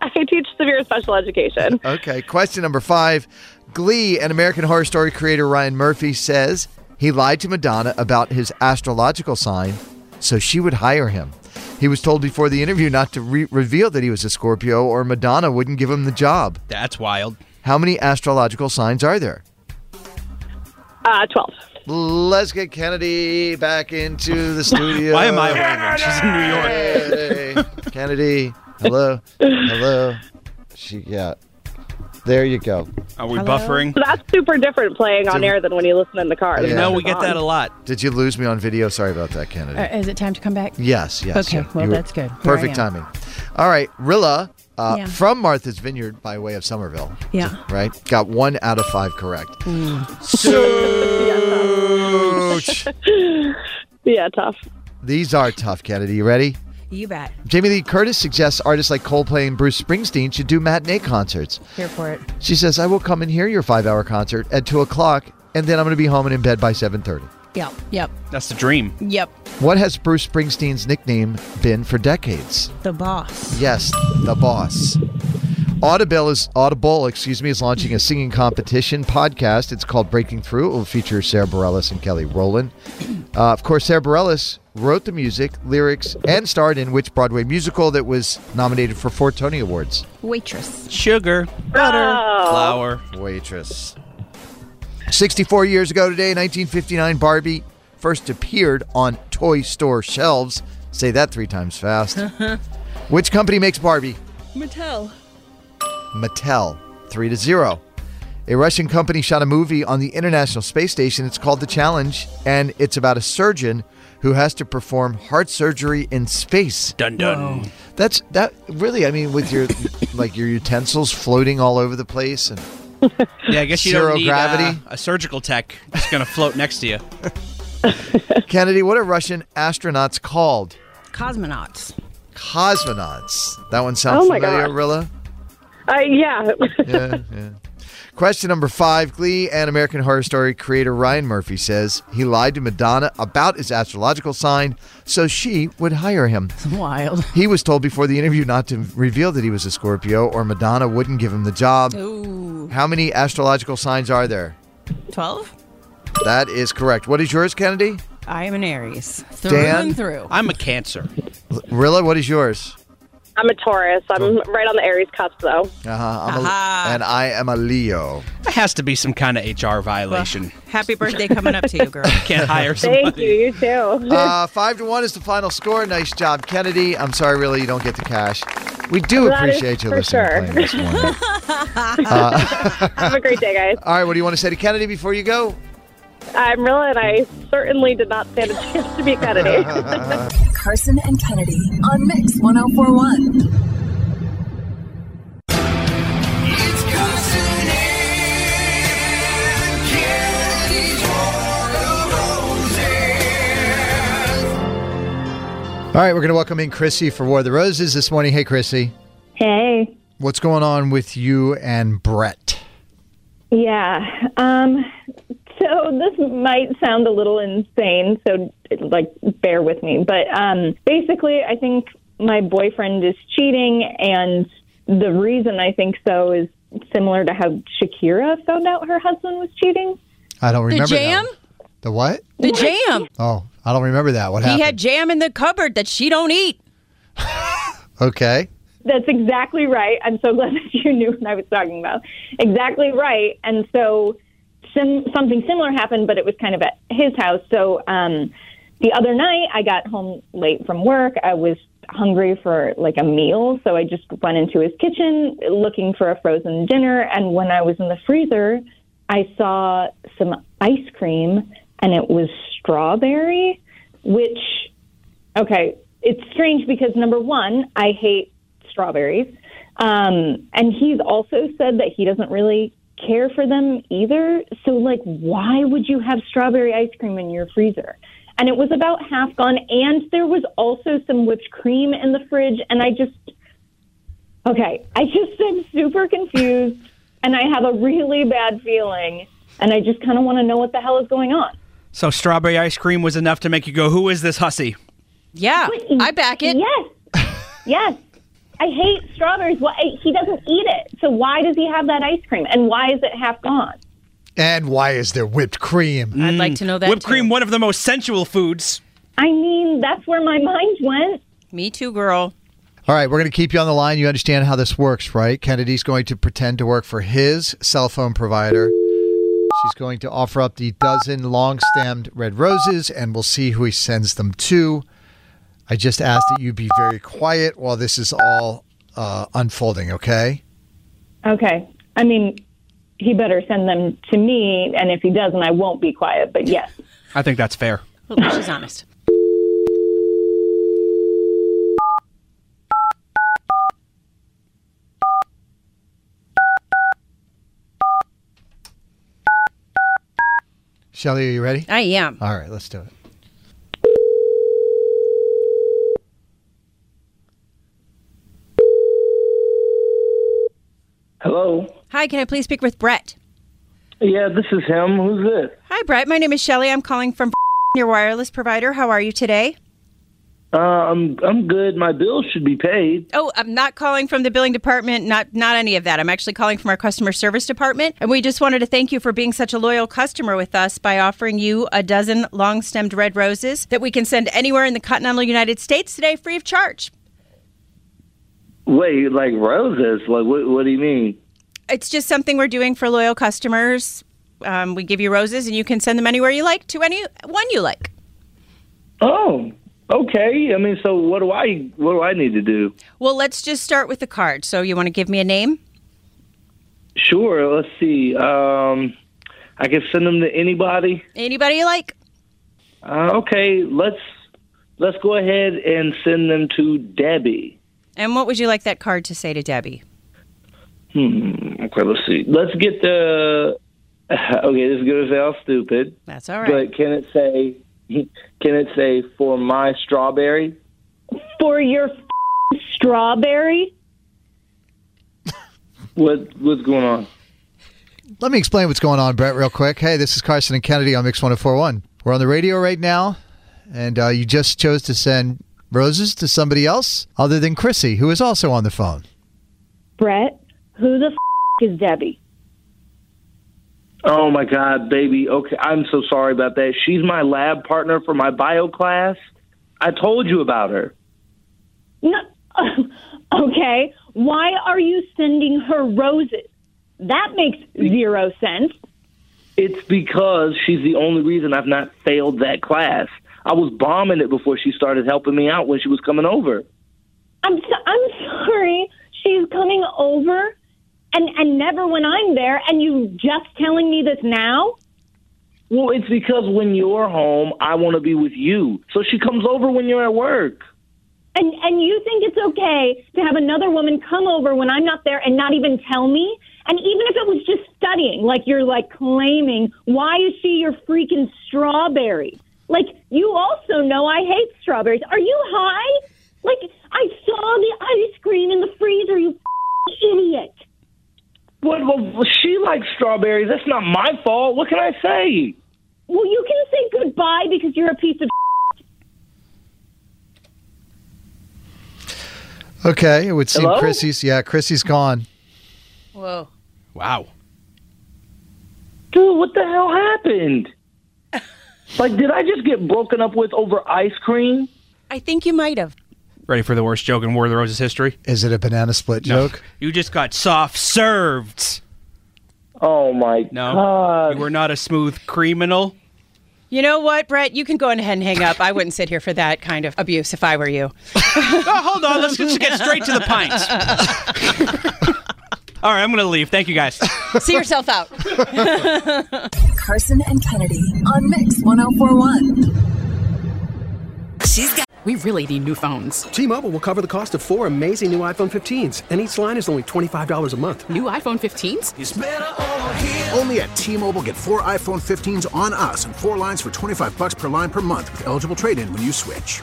Speaker 3: I teach severe special education.
Speaker 11: Okay, question number five. Glee and American Horror Story creator Ryan Murphy says he lied to Madonna about his astrological sign so she would hire him. He was told before the interview not to re- reveal that he was a Scorpio or Madonna wouldn't give him the job.
Speaker 13: That's wild.
Speaker 11: How many astrological signs are there?
Speaker 3: Uh, 12.
Speaker 11: Let's get Kennedy back into the studio.
Speaker 13: Why am I waving? She's in New York.
Speaker 11: Kennedy, Kennedy, hello, hello. She, yeah. There you go.
Speaker 13: Are we buffering?
Speaker 3: So that's super different playing on air than when you listen in the car.
Speaker 11: Yeah. No, we get that
Speaker 13: a lot.
Speaker 11: Did you lose me on video? Sorry about that, Kennedy.
Speaker 12: Uh, is it time to come back?
Speaker 11: Yes, yes.
Speaker 12: Okay,
Speaker 11: yeah.
Speaker 12: well,
Speaker 11: You were-
Speaker 12: that's good. Here
Speaker 11: Perfect
Speaker 12: I am.
Speaker 11: timing. All right, Rilla uh,
Speaker 12: Yeah.
Speaker 11: from Martha's Vineyard by way of Somerville.
Speaker 12: Yeah.
Speaker 11: Right? Got one out of five correct.
Speaker 3: yeah, tough.
Speaker 11: These are tough, Kennedy. You ready?
Speaker 12: You bet.
Speaker 11: Jamie Lee Curtis suggests artists like Coldplay and Bruce Springsteen should do matinee concerts.
Speaker 12: Here for it.
Speaker 11: She says, I will come and hear your five hour concert at two o'clock, and then I'm gonna be home and in bed by seven thirty.
Speaker 12: Yep. Yep.
Speaker 13: That's the dream.
Speaker 12: Yep.
Speaker 11: What has Bruce Springsteen's nickname been for decades?
Speaker 12: The boss.
Speaker 11: Yes, the boss. Audible is Audible, excuse me, is launching a singing competition podcast. It's called Breaking Through. It will feature Sarah Bareilles and Kelly Rowland. Uh, of course, Sarah Bareilles wrote the music, lyrics, and starred in which Broadway musical that was nominated for four Tony Awards?
Speaker 12: Waitress.
Speaker 13: Sugar.
Speaker 3: Oh.
Speaker 12: Butter.
Speaker 13: Flower.
Speaker 11: Waitress. 64 years ago today, 1959, Barbie first appeared on toy store shelves. Say that three times fast. Which company makes Barbie?
Speaker 12: Mattel.
Speaker 11: Mattel. Three to zero. A Russian company shot a movie on the International Space Station. It's called The Challenge, and it's about a surgeon who has to perform heart surgery in space.
Speaker 13: Dun dun. Whoa.
Speaker 11: That's that really. I mean, with your like your utensils floating all over the place and
Speaker 13: Yeah, I guess you
Speaker 11: Zero
Speaker 13: don't need
Speaker 11: gravity.
Speaker 13: uh, a surgical tech just going to float next to you.
Speaker 11: Kennedy, what are Russian astronauts called?
Speaker 12: Cosmonauts.
Speaker 11: Cosmonauts. That one sounds
Speaker 12: Oh my
Speaker 11: familiar,
Speaker 12: God.
Speaker 11: Rilla.
Speaker 3: Uh, yeah.
Speaker 11: yeah, yeah. Question number five Glee and American Horror Story creator Ryan Murphy says he lied to Madonna about his astrological sign so she would hire him.
Speaker 12: Wild.
Speaker 11: He was told before the interview not to reveal that he was a Scorpio or Madonna wouldn't give him the job.
Speaker 12: Ooh.
Speaker 11: How many astrological signs are there?
Speaker 12: 12?
Speaker 11: That is correct. What is yours, Kennedy?
Speaker 12: I am an Aries. Through
Speaker 11: Dan?
Speaker 12: and through.
Speaker 13: I'm a Cancer.
Speaker 11: L- Rilla, what is yours?
Speaker 3: I'm a Taurus. I'm right on the Aries cusp, though.
Speaker 11: Uh-huh, I'm a, and I am a Leo.
Speaker 13: There has to be some kind of HR violation.
Speaker 12: Happy birthday coming up to you, girl.
Speaker 13: Can't hire somebody.
Speaker 3: Thank you. You too.
Speaker 11: Uh, five to one is the final score. Nice job, Kennedy. I'm sorry, really, you don't get the cash. We do
Speaker 3: That is
Speaker 11: appreciate you
Speaker 3: for
Speaker 11: listening. and
Speaker 3: sure.
Speaker 11: playing this morning. Uh,
Speaker 3: Have a great day, guys.
Speaker 11: all right, what do you want to say to Kennedy before you go?
Speaker 3: I'm Rilla, and I certainly did not stand a chance to be Kennedy.
Speaker 2: Carson and Kennedy on Mix 1041.
Speaker 11: All right, we're going to welcome in Chrissy for War of the Roses this morning. Hey, Chrissy.
Speaker 26: Hey.
Speaker 11: What's going on with you and Brett?
Speaker 26: Yeah. Um, so this might sound a little insane, so like bear with me. But um, basically, I think my boyfriend is cheating, and the reason I think so is similar to how Shakira found out her husband was cheating.
Speaker 11: I don't
Speaker 12: The
Speaker 11: remember. that.
Speaker 12: jam?
Speaker 11: The what?
Speaker 12: The jam.
Speaker 11: Oh, I don't remember that. What
Speaker 12: He
Speaker 11: happened?
Speaker 12: had jam in the cupboard that she don't eat.
Speaker 11: okay.
Speaker 26: That's exactly right. I'm so glad that you knew what I was talking about. Exactly right. And so sim- something similar happened, but it was kind of at his house. So um, the other night, I got home late from work. I was hungry for like a meal. So I just went into his kitchen looking for a frozen dinner. And when I was in the freezer, I saw some ice cream and it was strawberry, which Okay. It's strange because number one, I hate strawberries. Um, and he's also said that he doesn't really care for them either. So, like, why would you have strawberry ice cream in your freezer? And it was about half gone. And there was also some whipped cream in the fridge. And I just, okay, I just am super confused. And I have a really bad feeling. And I just kind of want to know what the hell is going on.
Speaker 13: So strawberry ice cream was enough to make you go, "Who is this hussy?"
Speaker 12: Yeah, I back it.
Speaker 26: Yes, yes. I hate strawberries. Why he doesn't eat it? So why does he have that ice cream? And why is it half gone?
Speaker 11: And why is there whipped cream?
Speaker 12: I'd like to know that.
Speaker 13: Whipped cream, one of the most sensual foods.
Speaker 26: I mean, that's where my mind went.
Speaker 12: Me too, girl.
Speaker 11: All right, we're going to keep you on the line. You understand how this works, right? Kennedy's going to pretend to work for his cell phone provider. She's going to offer up the dozen long stemmed red roses, and we'll see who he sends them to. I just ask that you be very quiet while this is all uh, unfolding, okay?
Speaker 26: Okay. I mean, he better send them to me. And if he doesn't, I won't be quiet. But yes.
Speaker 13: I think that's fair.
Speaker 12: At least she's honest.
Speaker 11: Shelly, are you ready?
Speaker 12: I am.
Speaker 11: All right, let's do it.
Speaker 27: Hello.
Speaker 12: Hi, can I please speak with Brett?
Speaker 27: Yeah, this is him. Who's this?
Speaker 12: Hi, Brett. My name is Shelly. I'm calling from your wireless provider. How are you today?
Speaker 27: Uh, I'm I'm good. My bills should be paid.
Speaker 12: Oh, I'm not calling from the billing department, not not any of that. I'm actually calling from our customer service department, and we just wanted to thank you for being such a loyal customer with us by offering you a dozen long-stemmed red roses that we can send anywhere in the continental United States today free of charge.
Speaker 27: Wait, like roses? Like what? What do you mean?
Speaker 12: It's just something we're doing for loyal customers. Um, we give you roses, and you can send them anywhere you like to any one you like.
Speaker 27: Oh, okay. I mean, so what do I what do I need to do?
Speaker 12: Well, let's just start with the card. So, you want to give me a name?
Speaker 27: Sure. Let's see. Um, I can send them to anybody.
Speaker 12: Anybody you like?
Speaker 27: Uh, okay, let's let's go ahead and send them to Debbie.
Speaker 12: And what would you like that card to say to Debbie?
Speaker 27: Hmm. Okay, let's see. Let's get the. Okay, this is gonna sound stupid.
Speaker 12: That's all right.
Speaker 27: But can it say? Can it say for my strawberry?
Speaker 26: For your f- strawberry?
Speaker 27: What what's going on?
Speaker 11: Let me explain what's going on, Brett, real quick. Hey, this is Carson and Kennedy on Mix 1041. We're on the radio right now, and uh, you just chose to send roses to somebody else other than Chrissy, who is also on the phone.
Speaker 26: Brett, who the f- is Debbie?
Speaker 27: Oh my God, baby. Okay, I'm so sorry about that. She's my lab partner for my bio class. I told you about her.
Speaker 26: No, okay. Why are you sending her roses? That makes zero sense.
Speaker 27: It's because she's the only reason I've not failed that class. I was bombing it before she started helping me out when she was coming over.
Speaker 26: I'm so, I'm sorry. She's coming over, and and never when I'm there. And you just telling me this now?
Speaker 27: Well, it's because when you're home, I want to be with you. So she comes over when you're at work.
Speaker 26: And and you think it's okay to have another woman come over when I'm not there and not even tell me? And even if it was just studying, like you're like claiming, why is she your freaking strawberry? Like you also know I hate strawberries. Are you high? Like I saw the ice cream in the freezer. You f***ing idiot.
Speaker 27: What? Well, she likes strawberries. That's not my fault. What can I say?
Speaker 26: Well, you can say goodbye because you're a piece of.
Speaker 11: Okay, it would seem
Speaker 27: Hello?
Speaker 11: Chrissy's. Yeah, Chrissy's gone.
Speaker 12: Whoa.
Speaker 13: Wow.
Speaker 27: Dude, what the hell happened? like, did I just get broken up with over ice cream?
Speaker 12: I think you might have.
Speaker 13: Ready for the worst joke in War of the Roses history?
Speaker 11: Is it a banana split
Speaker 13: No.
Speaker 11: joke?
Speaker 13: You just got soft served.
Speaker 27: Oh my
Speaker 13: No.
Speaker 27: god!
Speaker 13: You were not a smooth criminal.
Speaker 12: You know what, Brett? You can go ahead and hang up. I wouldn't sit here for that kind of abuse if I were you.
Speaker 13: oh, hold on. Let's just get straight to the pints. All right, I'm going to leave. Thank you, guys.
Speaker 12: See yourself out.
Speaker 2: Carson and Kennedy on Mix 1041.
Speaker 16: She's got
Speaker 10: We really need new phones.
Speaker 14: T-Mobile will cover the cost of four amazing new iPhone 15s, and each line is only $25 a month.
Speaker 10: New iPhone 15s?
Speaker 15: Only at T-Mobile get four iPhone 15s on us and four lines for 25 bucks per line per month with eligible trade-in when you switch.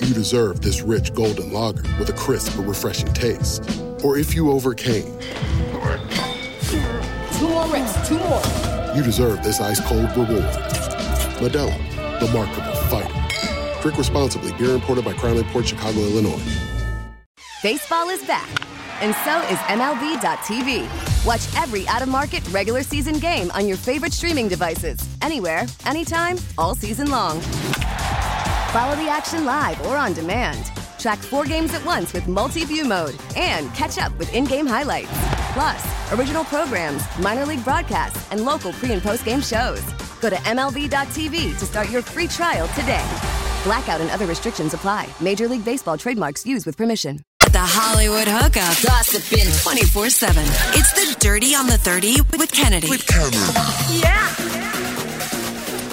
Speaker 25: you deserve this rich golden lager with a crisp but refreshing taste. Or if you overcame,
Speaker 2: Two more reps, two more.
Speaker 25: you deserve this ice cold reward. Medella, the mark of a fighter. Drink responsibly. Beer imported by Crown Port Chicago, Illinois.
Speaker 28: Baseball is back, and so is MLB.tv. Watch every out of market regular season game on your favorite streaming devices, anywhere, anytime, all season long. Follow the action live or on demand. Track four games at once with multi view mode and catch up with in game highlights. Plus, original programs, minor league broadcasts, and local pre and post game shows. Go to MLB.tv to start your free trial today. Blackout and other restrictions apply. Major League Baseball trademarks used with permission.
Speaker 16: the Hollywood hookup. Gossiping 24 7. It's the Dirty on the 30 with Kennedy. With Kennedy.
Speaker 21: Yeah.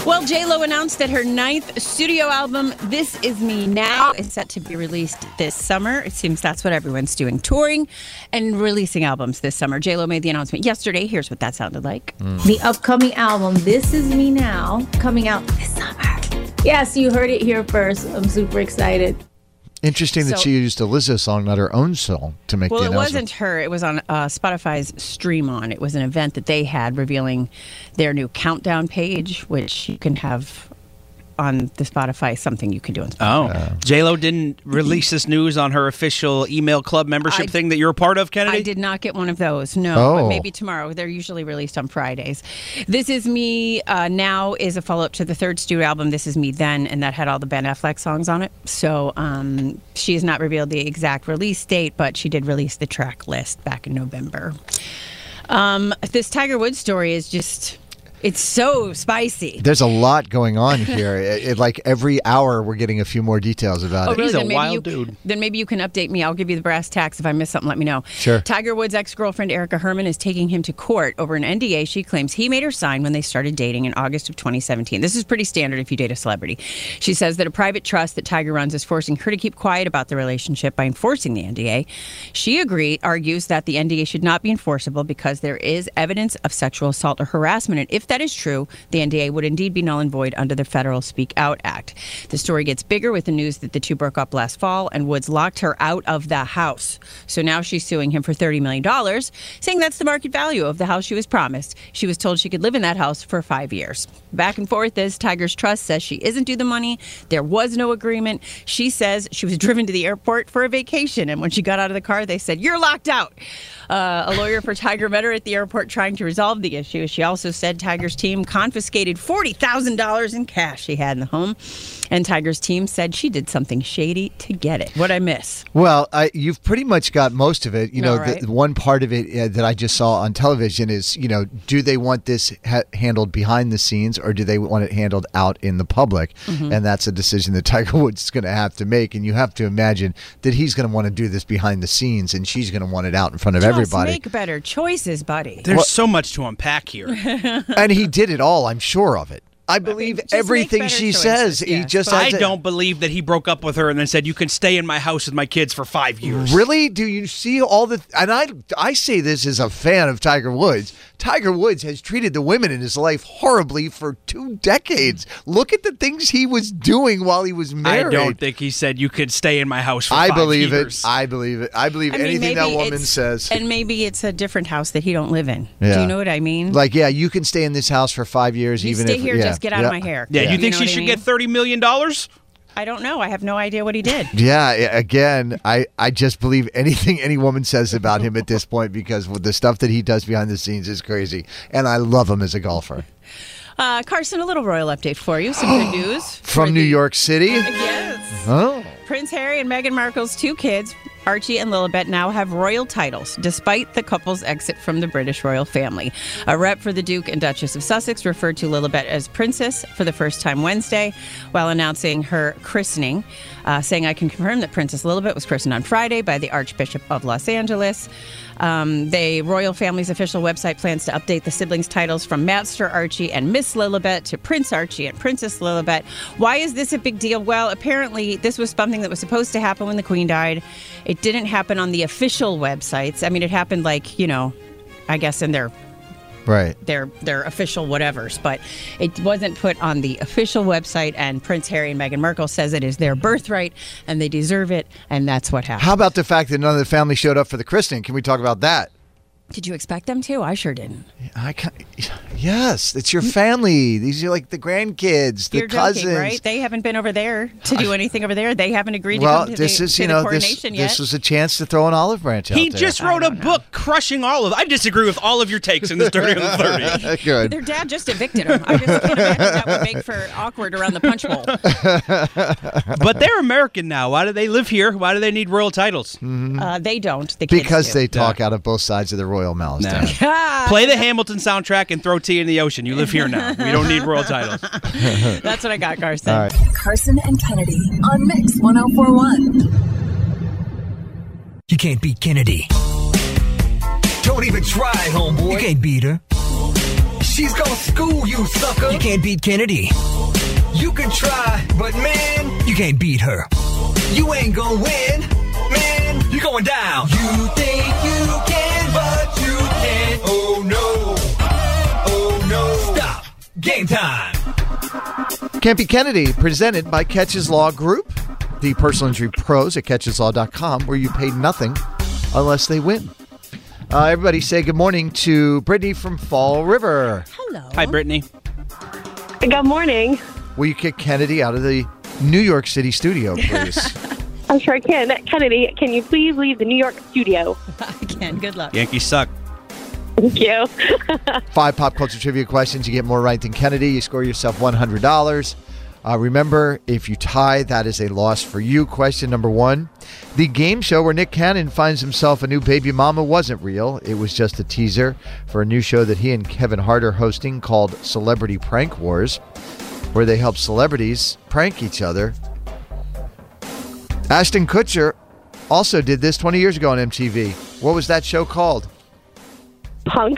Speaker 12: Well, J-Lo announced that her ninth studio album, This Is Me Now, is set to be released this summer. It seems that's what everyone's doing, touring and releasing albums this summer. J-Lo made the announcement yesterday. Here's what that sounded like.
Speaker 11: Mm.
Speaker 23: The upcoming album, This Is Me Now, coming out this summer. Yes, you heard it here first. I'm super excited.
Speaker 11: Interesting that
Speaker 12: So-
Speaker 11: she used a Lizzo song, not her own song, to make
Speaker 12: well,
Speaker 11: the
Speaker 12: it
Speaker 11: announcement.
Speaker 12: wasn't her. It was on uh, Spotify's Stream On. It was an event that they had revealing their new countdown page, which you can have on the Spotify, something you can do on Spotify.
Speaker 13: Oh, J Lo didn't release this news on her official email club membership
Speaker 12: I-
Speaker 13: thing that you're a part of, Kennedy.
Speaker 12: I did not get one of those. No,
Speaker 13: Oh.
Speaker 12: but maybe tomorrow. They're usually released on Fridays. This is me uh, now is a follow up to the third studio album. This is me then, and that had all the Ben Affleck songs on it. So um, she has not revealed the exact release date, but she did release the track list back in November. Um, this Tiger Woods story is just. It's so spicy.
Speaker 11: There's a lot going on here. it, it- like every hour, we're getting a few more details about
Speaker 12: Oh,
Speaker 11: it.
Speaker 12: really? Then maybe you- Then maybe you can update me. I'll give you the brass tacks if I miss something. Let me know.
Speaker 11: Sure.
Speaker 12: Tiger Woods' ex-girlfriend Erica Herman is taking him to court over an NDA she claims he made her sign when they started dating in August of 2017. This is pretty standard if you date a celebrity. She says that a private trust that Tiger runs is forcing her to keep quiet about the relationship by enforcing the NDA. She agree argues that the NDA should not be enforceable because there is evidence of sexual assault or harassment, and if that is true, the NDA would indeed be null and void under the federal Speak Out Act. The story gets bigger with the news that the two broke up last fall and Woods locked her out of the house. So now she's suing him for $30 million, saying that's the market value of the house she was promised. She was told she could live in that house for five years. Back and forth as Tiger's Trust says she isn't due the money. There was no agreement. She says she was driven to the airport for a vacation, and when she got out of the car, they said, You're locked out. Uh, a lawyer for Tiger met her at the airport trying to resolve the issue. She also said Tiger's team confiscated $40,000 in cash she had in the home, and Tiger's team said she did something shady to get it. What'd I miss?
Speaker 11: Well, I, you've pretty much got most of it. You know,
Speaker 12: All
Speaker 11: the-
Speaker 12: right.
Speaker 11: the one part of it uh, that I just saw on television is, you know, do they want this ha- handled behind the scenes or do they want it handled out in the public?
Speaker 12: Mm-hmm.
Speaker 29: Mhm.
Speaker 11: And that's a decision that Tiger Woods is going to have to make. And you have to imagine that he's going to want to do this behind the scenes and she's going to want it out in front of
Speaker 12: Just
Speaker 11: everybody.
Speaker 12: make better choices, buddy.
Speaker 13: There's so much to unpack here.
Speaker 11: and he did it all, I'm sure of it. I
Speaker 12: uh,
Speaker 11: believe everything she says. he just
Speaker 13: I
Speaker 11: has to-
Speaker 13: don't believe that he broke up with her and then said, "You can stay in my house with my kids for five years."
Speaker 11: Really? Do you see all the? And I, I say this as a fan of Tiger Woods. Tiger Woods has treated the women in his life horribly for two decades. Look at the things he was doing while he was married.
Speaker 13: I don't think he said you could stay in my house. for
Speaker 11: I
Speaker 13: five
Speaker 11: believe
Speaker 13: years.
Speaker 11: it. I believe it. I believe
Speaker 12: I mean,
Speaker 11: anything that
Speaker 12: maybe
Speaker 11: woman
Speaker 12: it's-
Speaker 11: says.
Speaker 12: And maybe it's a different house that he don't live in. Do
Speaker 11: Yeah.
Speaker 12: you know what I mean?
Speaker 11: like, yeah, you can stay in this house for five years,
Speaker 12: You
Speaker 11: even
Speaker 12: stay
Speaker 11: if
Speaker 12: here,
Speaker 11: yeah,
Speaker 12: just get out of
Speaker 11: yeah.
Speaker 12: my hair.
Speaker 13: Yeah, you think
Speaker 12: know what
Speaker 13: she
Speaker 12: I
Speaker 13: should
Speaker 12: mean?
Speaker 13: get thirty million dollars?
Speaker 12: I don't know. I have no idea what he did.
Speaker 11: Yeah, a- again, I, I just believe anything any woman says about him at this point because with the stuff that he does behind the scenes is crazy. And I love him as a golfer.
Speaker 12: Uh, Carson, a little royal update for you. Some good news.
Speaker 11: From New York City?
Speaker 12: Yes.
Speaker 11: Oh.
Speaker 12: Prince Harry and Meghan Markle's two kids, Archie and Lilibet, now have royal titles, despite the couple's exit from the British royal family. A rep for the Duke and Duchess of Sussex referred to Lilibet as Princess for the first time Wednesday while announcing her christening, uh, saying, I can confirm that Princess Lilibet was christened on Friday by the Archbishop of Los Angeles. Um, the royal family's official website plans to update the siblings' titles from Master Archie and Miss Lilibet to Prince Archie and Princess Lilibet. Why is this a big deal? Well, apparently, this was something that was supposed to happen when the Queen died. It didn't happen on the official websites. I mean, it happened like, you know, I guess in their
Speaker 11: Right.
Speaker 12: their their official whatevers, but it wasn't put on the official website. And Prince Harry and Meghan Markle says it is their birthright and they deserve it, and that's what happened.
Speaker 11: How about the fact that none of the family showed up for the christening? Can we talk about that?
Speaker 12: Did you expect them to? I sure didn't.
Speaker 11: I can't, yes, it's your family. These are like the grandkids, the
Speaker 12: You're
Speaker 11: cousins.
Speaker 12: joking, right? They haven't been over there to do anything over there. They haven't agreed
Speaker 11: Well,
Speaker 12: to come to
Speaker 11: this
Speaker 12: the,
Speaker 11: is
Speaker 12: to
Speaker 11: you
Speaker 12: the
Speaker 11: know this
Speaker 12: coronation yet.
Speaker 11: this was a chance to throw an olive branch out
Speaker 13: He
Speaker 11: there.
Speaker 13: just wrote a book crushing all of. I disagree with all of your takes in this dirty on the thirty.
Speaker 11: Good.
Speaker 12: Their dad just evicted him. I just can't imagine that would make for awkward around the punch bowl.
Speaker 13: but they're American now. Why do they live here? Why do they need royal titles?
Speaker 12: Uh, they don't. The kids
Speaker 11: because
Speaker 12: do.
Speaker 11: they talk out of both sides of the royal mouths. Dan.
Speaker 12: Ah.
Speaker 13: Play the Hamilton soundtrack and throw tea in the ocean. You live here now. We don't need royal titles.
Speaker 12: That's what I got, Carson.
Speaker 11: All right.
Speaker 2: Carson and Kennedy on Mix 1041.
Speaker 5: You can't beat Kennedy. Don't even try, homeboy. You can't beat her. She's gonna school you, sucker. You can't beat Kennedy. You can try, but man, you can't beat her. You ain't gonna win, man. You're going down. You think you can, but you can't. Oh no. Oh no. Stop. Game time.
Speaker 11: Campy Kennedy, presented by Catches Law Group, the personal injury pros at catcheslaw.com, where you pay nothing unless they win. Uh, everybody say good morning to Brittany from Fall River.
Speaker 13: Hello. Hi, Brittany.
Speaker 11: Good morning. Will you kick Kennedy out of the New York City studio, please?
Speaker 3: I'm sure I can. Kennedy, can you please leave the New York studio? I
Speaker 12: can. Good luck.
Speaker 13: Yankees suck.
Speaker 3: Thank you.
Speaker 11: Five pop culture trivia questions. You get more right than Kennedy. You score yourself $100. Uh, remember, if you tie, that is a loss for you. Question number one The game show where Nick Cannon finds himself a new baby mama wasn't real. It was just a teaser for a new show that he and Kevin Hart are hosting called Celebrity Prank Wars, where they help celebrities prank each other. Ashton Kutcher also did this 20 years ago on MTV. What was that show called?
Speaker 3: Punked.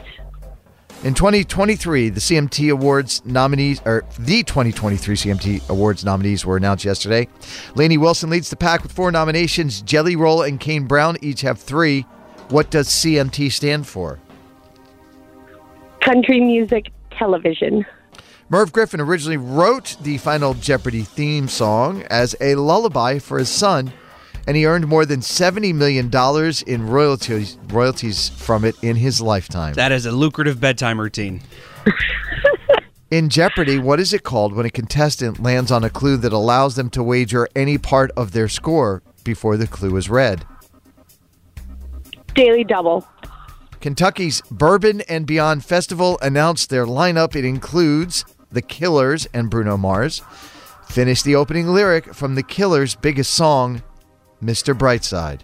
Speaker 11: In 2023, the CMT Awards nominees, or the 2023 CMT Awards nominees, were announced yesterday. Lainey Wilson leads the pack with four nominations. Jelly Roll and Kane Brown each have three. What does CMT stand for?
Speaker 3: Country music television.
Speaker 11: Merv Griffin originally wrote the final Jeopardy theme song as a lullaby for his son, and he earned more than $70 million in royalties, royalties from it in his lifetime.
Speaker 13: That is a lucrative bedtime routine.
Speaker 11: In Jeopardy, what is it called when a contestant lands on a clue that allows them to wager any part of their score before the clue is read?
Speaker 3: Daily double.
Speaker 11: Kentucky's Bourbon and Beyond Festival announced their lineup. It includes The Killers and Bruno Mars. Finish the opening lyric from The Killers' biggest song, Mr. Brightside.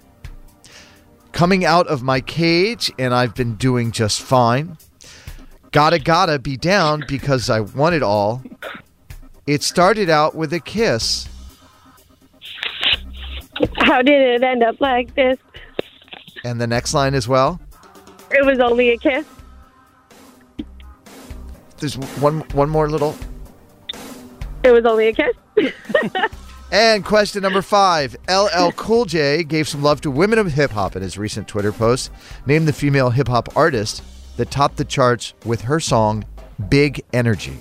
Speaker 11: Coming out of my cage, and I've been doing just fine. Gotta, gotta be down because I want it all. It started out with a kiss.
Speaker 3: How did it end up like this?
Speaker 11: And the next line as well.
Speaker 3: It was only a kiss.
Speaker 11: There's one, one more little.
Speaker 3: It was only a kiss.
Speaker 11: And question number five LL Cool J gave some love to women of hip hop in his recent Twitter post. Named the female hip hop artist that topped the charts with her song Big Energy.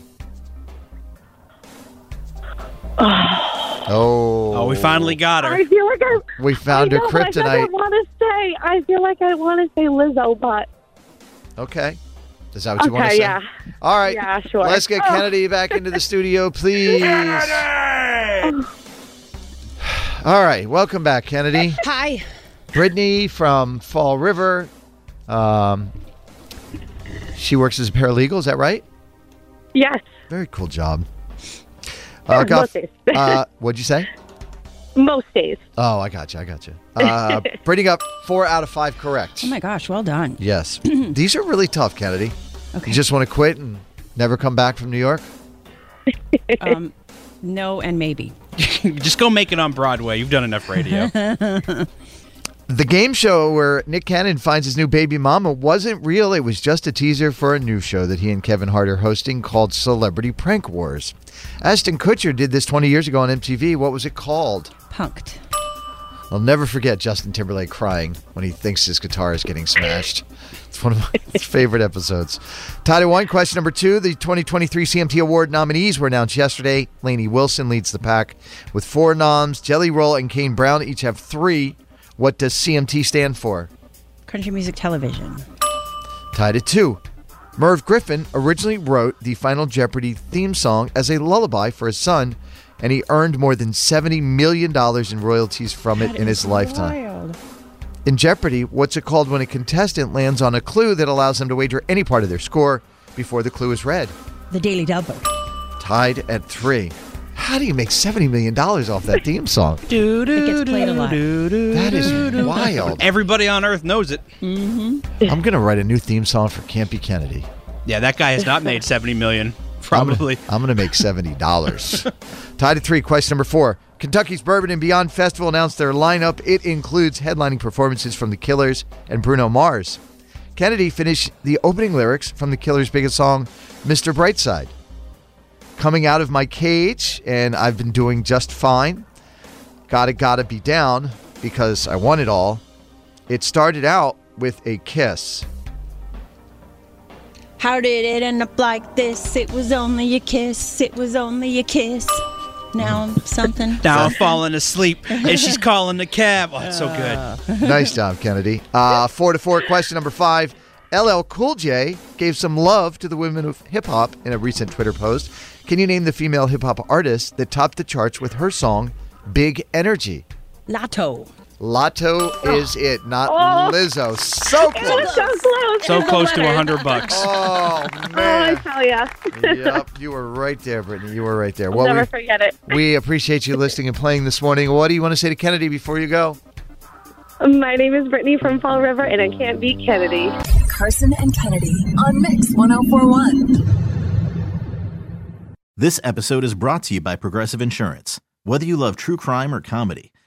Speaker 11: Oh.
Speaker 13: Oh, we finally got her.
Speaker 3: I feel like I,
Speaker 11: We found
Speaker 3: I
Speaker 11: her
Speaker 3: know, like, I
Speaker 11: kryptonite.
Speaker 3: want to say. I feel like I want to say Lizzo, but
Speaker 11: Okay. Is that what Oh, you want to
Speaker 3: okay,
Speaker 11: say?
Speaker 3: yeah.
Speaker 11: All right.
Speaker 3: Yeah, sure.
Speaker 11: Let's get
Speaker 3: Oh.
Speaker 11: Kennedy back into the studio, please. All right. Welcome back, Kennedy.
Speaker 29: Hi.
Speaker 11: Brittany from Fall River. Um, she works as a paralegal. Is that right?
Speaker 3: Yes.
Speaker 11: Very cool job.
Speaker 3: Yeah,
Speaker 11: got-
Speaker 3: most days.
Speaker 11: uh, what'd you say?
Speaker 3: most days.
Speaker 11: Oh, I got you. I got you. Uh, Brittany got four out of five correct. Oh
Speaker 12: my gosh! Well done.
Speaker 11: Yes. These are really tough, Kennedy. You just want to quit and never come back from New York?
Speaker 12: Um, no, and maybe.
Speaker 13: Just go make it on Broadway. You've done enough radio.
Speaker 11: The game show where Nick Cannon finds his new baby mama wasn't real. It was just a teaser for a new show that he and Kevin Hart are hosting called Celebrity Prank Wars. Ashton Kutcher did this 20 years ago on MTV. What was it called?
Speaker 12: Punked.
Speaker 11: I'll never forget Justin Timberlake crying when he thinks his guitar is getting smashed. It's one of my favorite episodes. Tied at one, question number two. The 2023 CMT Award nominees were announced yesterday. Lainey Wilson leads the pack with four noms. Jelly Roll and Kane Brown each have three. What does CMT stand for?
Speaker 12: Country music television.
Speaker 11: Tied at two. Merv Griffin originally wrote the Final Jeopardy theme song as a lullaby for his son, and he earned more than $70 million in royalties from it in his lifetime.
Speaker 12: Wild.
Speaker 11: In Jeopardy, what's it called when a contestant lands on a clue that allows them to wager any part of their score before the clue is read?
Speaker 12: The Daily Double.
Speaker 11: Tied at three. How do you make $70 million off that theme song?
Speaker 13: Dude,
Speaker 12: It gets played a lot.
Speaker 11: That is wild.
Speaker 13: Everybody on earth knows it.
Speaker 12: Mm-hmm.
Speaker 11: I'm going to write a new theme song for Campy Kennedy.
Speaker 13: Yeah, that guy has not made 70 million. Probably.
Speaker 11: I'm going to make $70. Tied at three. Question number four. Kentucky's Bourbon and Beyond Festival announced their lineup. It includes headlining performances from The Killers and Bruno Mars. Kennedy finished the opening lyrics from the Killer's biggest song, Mr. Brightside. Coming out of my cage, and I've been doing just fine. Gotta, gotta be down because I want it all. It started out with a kiss.
Speaker 29: How did it end up like this? It was only a kiss. It was only a kiss. Now I'm
Speaker 11: Mm.
Speaker 29: something.
Speaker 13: Now I'm falling asleep, and she's calling the cab. Oh, it's so good.
Speaker 11: nice job, Kennedy. Uh, four to four. Question number five. LL Cool J gave some love to the women of hip hop in a recent Twitter post. Can you name the female hip hop artist that topped the charts with her song "Big Energy"?
Speaker 29: Lato.
Speaker 11: Lotto is it, not
Speaker 3: Oh.
Speaker 11: Lizzo. So
Speaker 3: It was so close.
Speaker 13: So
Speaker 3: It was
Speaker 13: close to
Speaker 3: letter.
Speaker 13: 100 bucks.
Speaker 11: Oh
Speaker 3: Oh, I tell ya.
Speaker 11: yep, you were right there, Brittany. You were right there.
Speaker 3: I'll never
Speaker 11: we-
Speaker 3: forget it.
Speaker 11: We appreciate you listening and playing this morning. What do you want to say to Kennedy before you go?
Speaker 3: My name is Brittany from Fall River, and I can't beat Kennedy.
Speaker 2: Carson and Kennedy on Mix 1041.
Speaker 1: This episode is brought to you by Progressive Insurance. Whether you love true crime or comedy,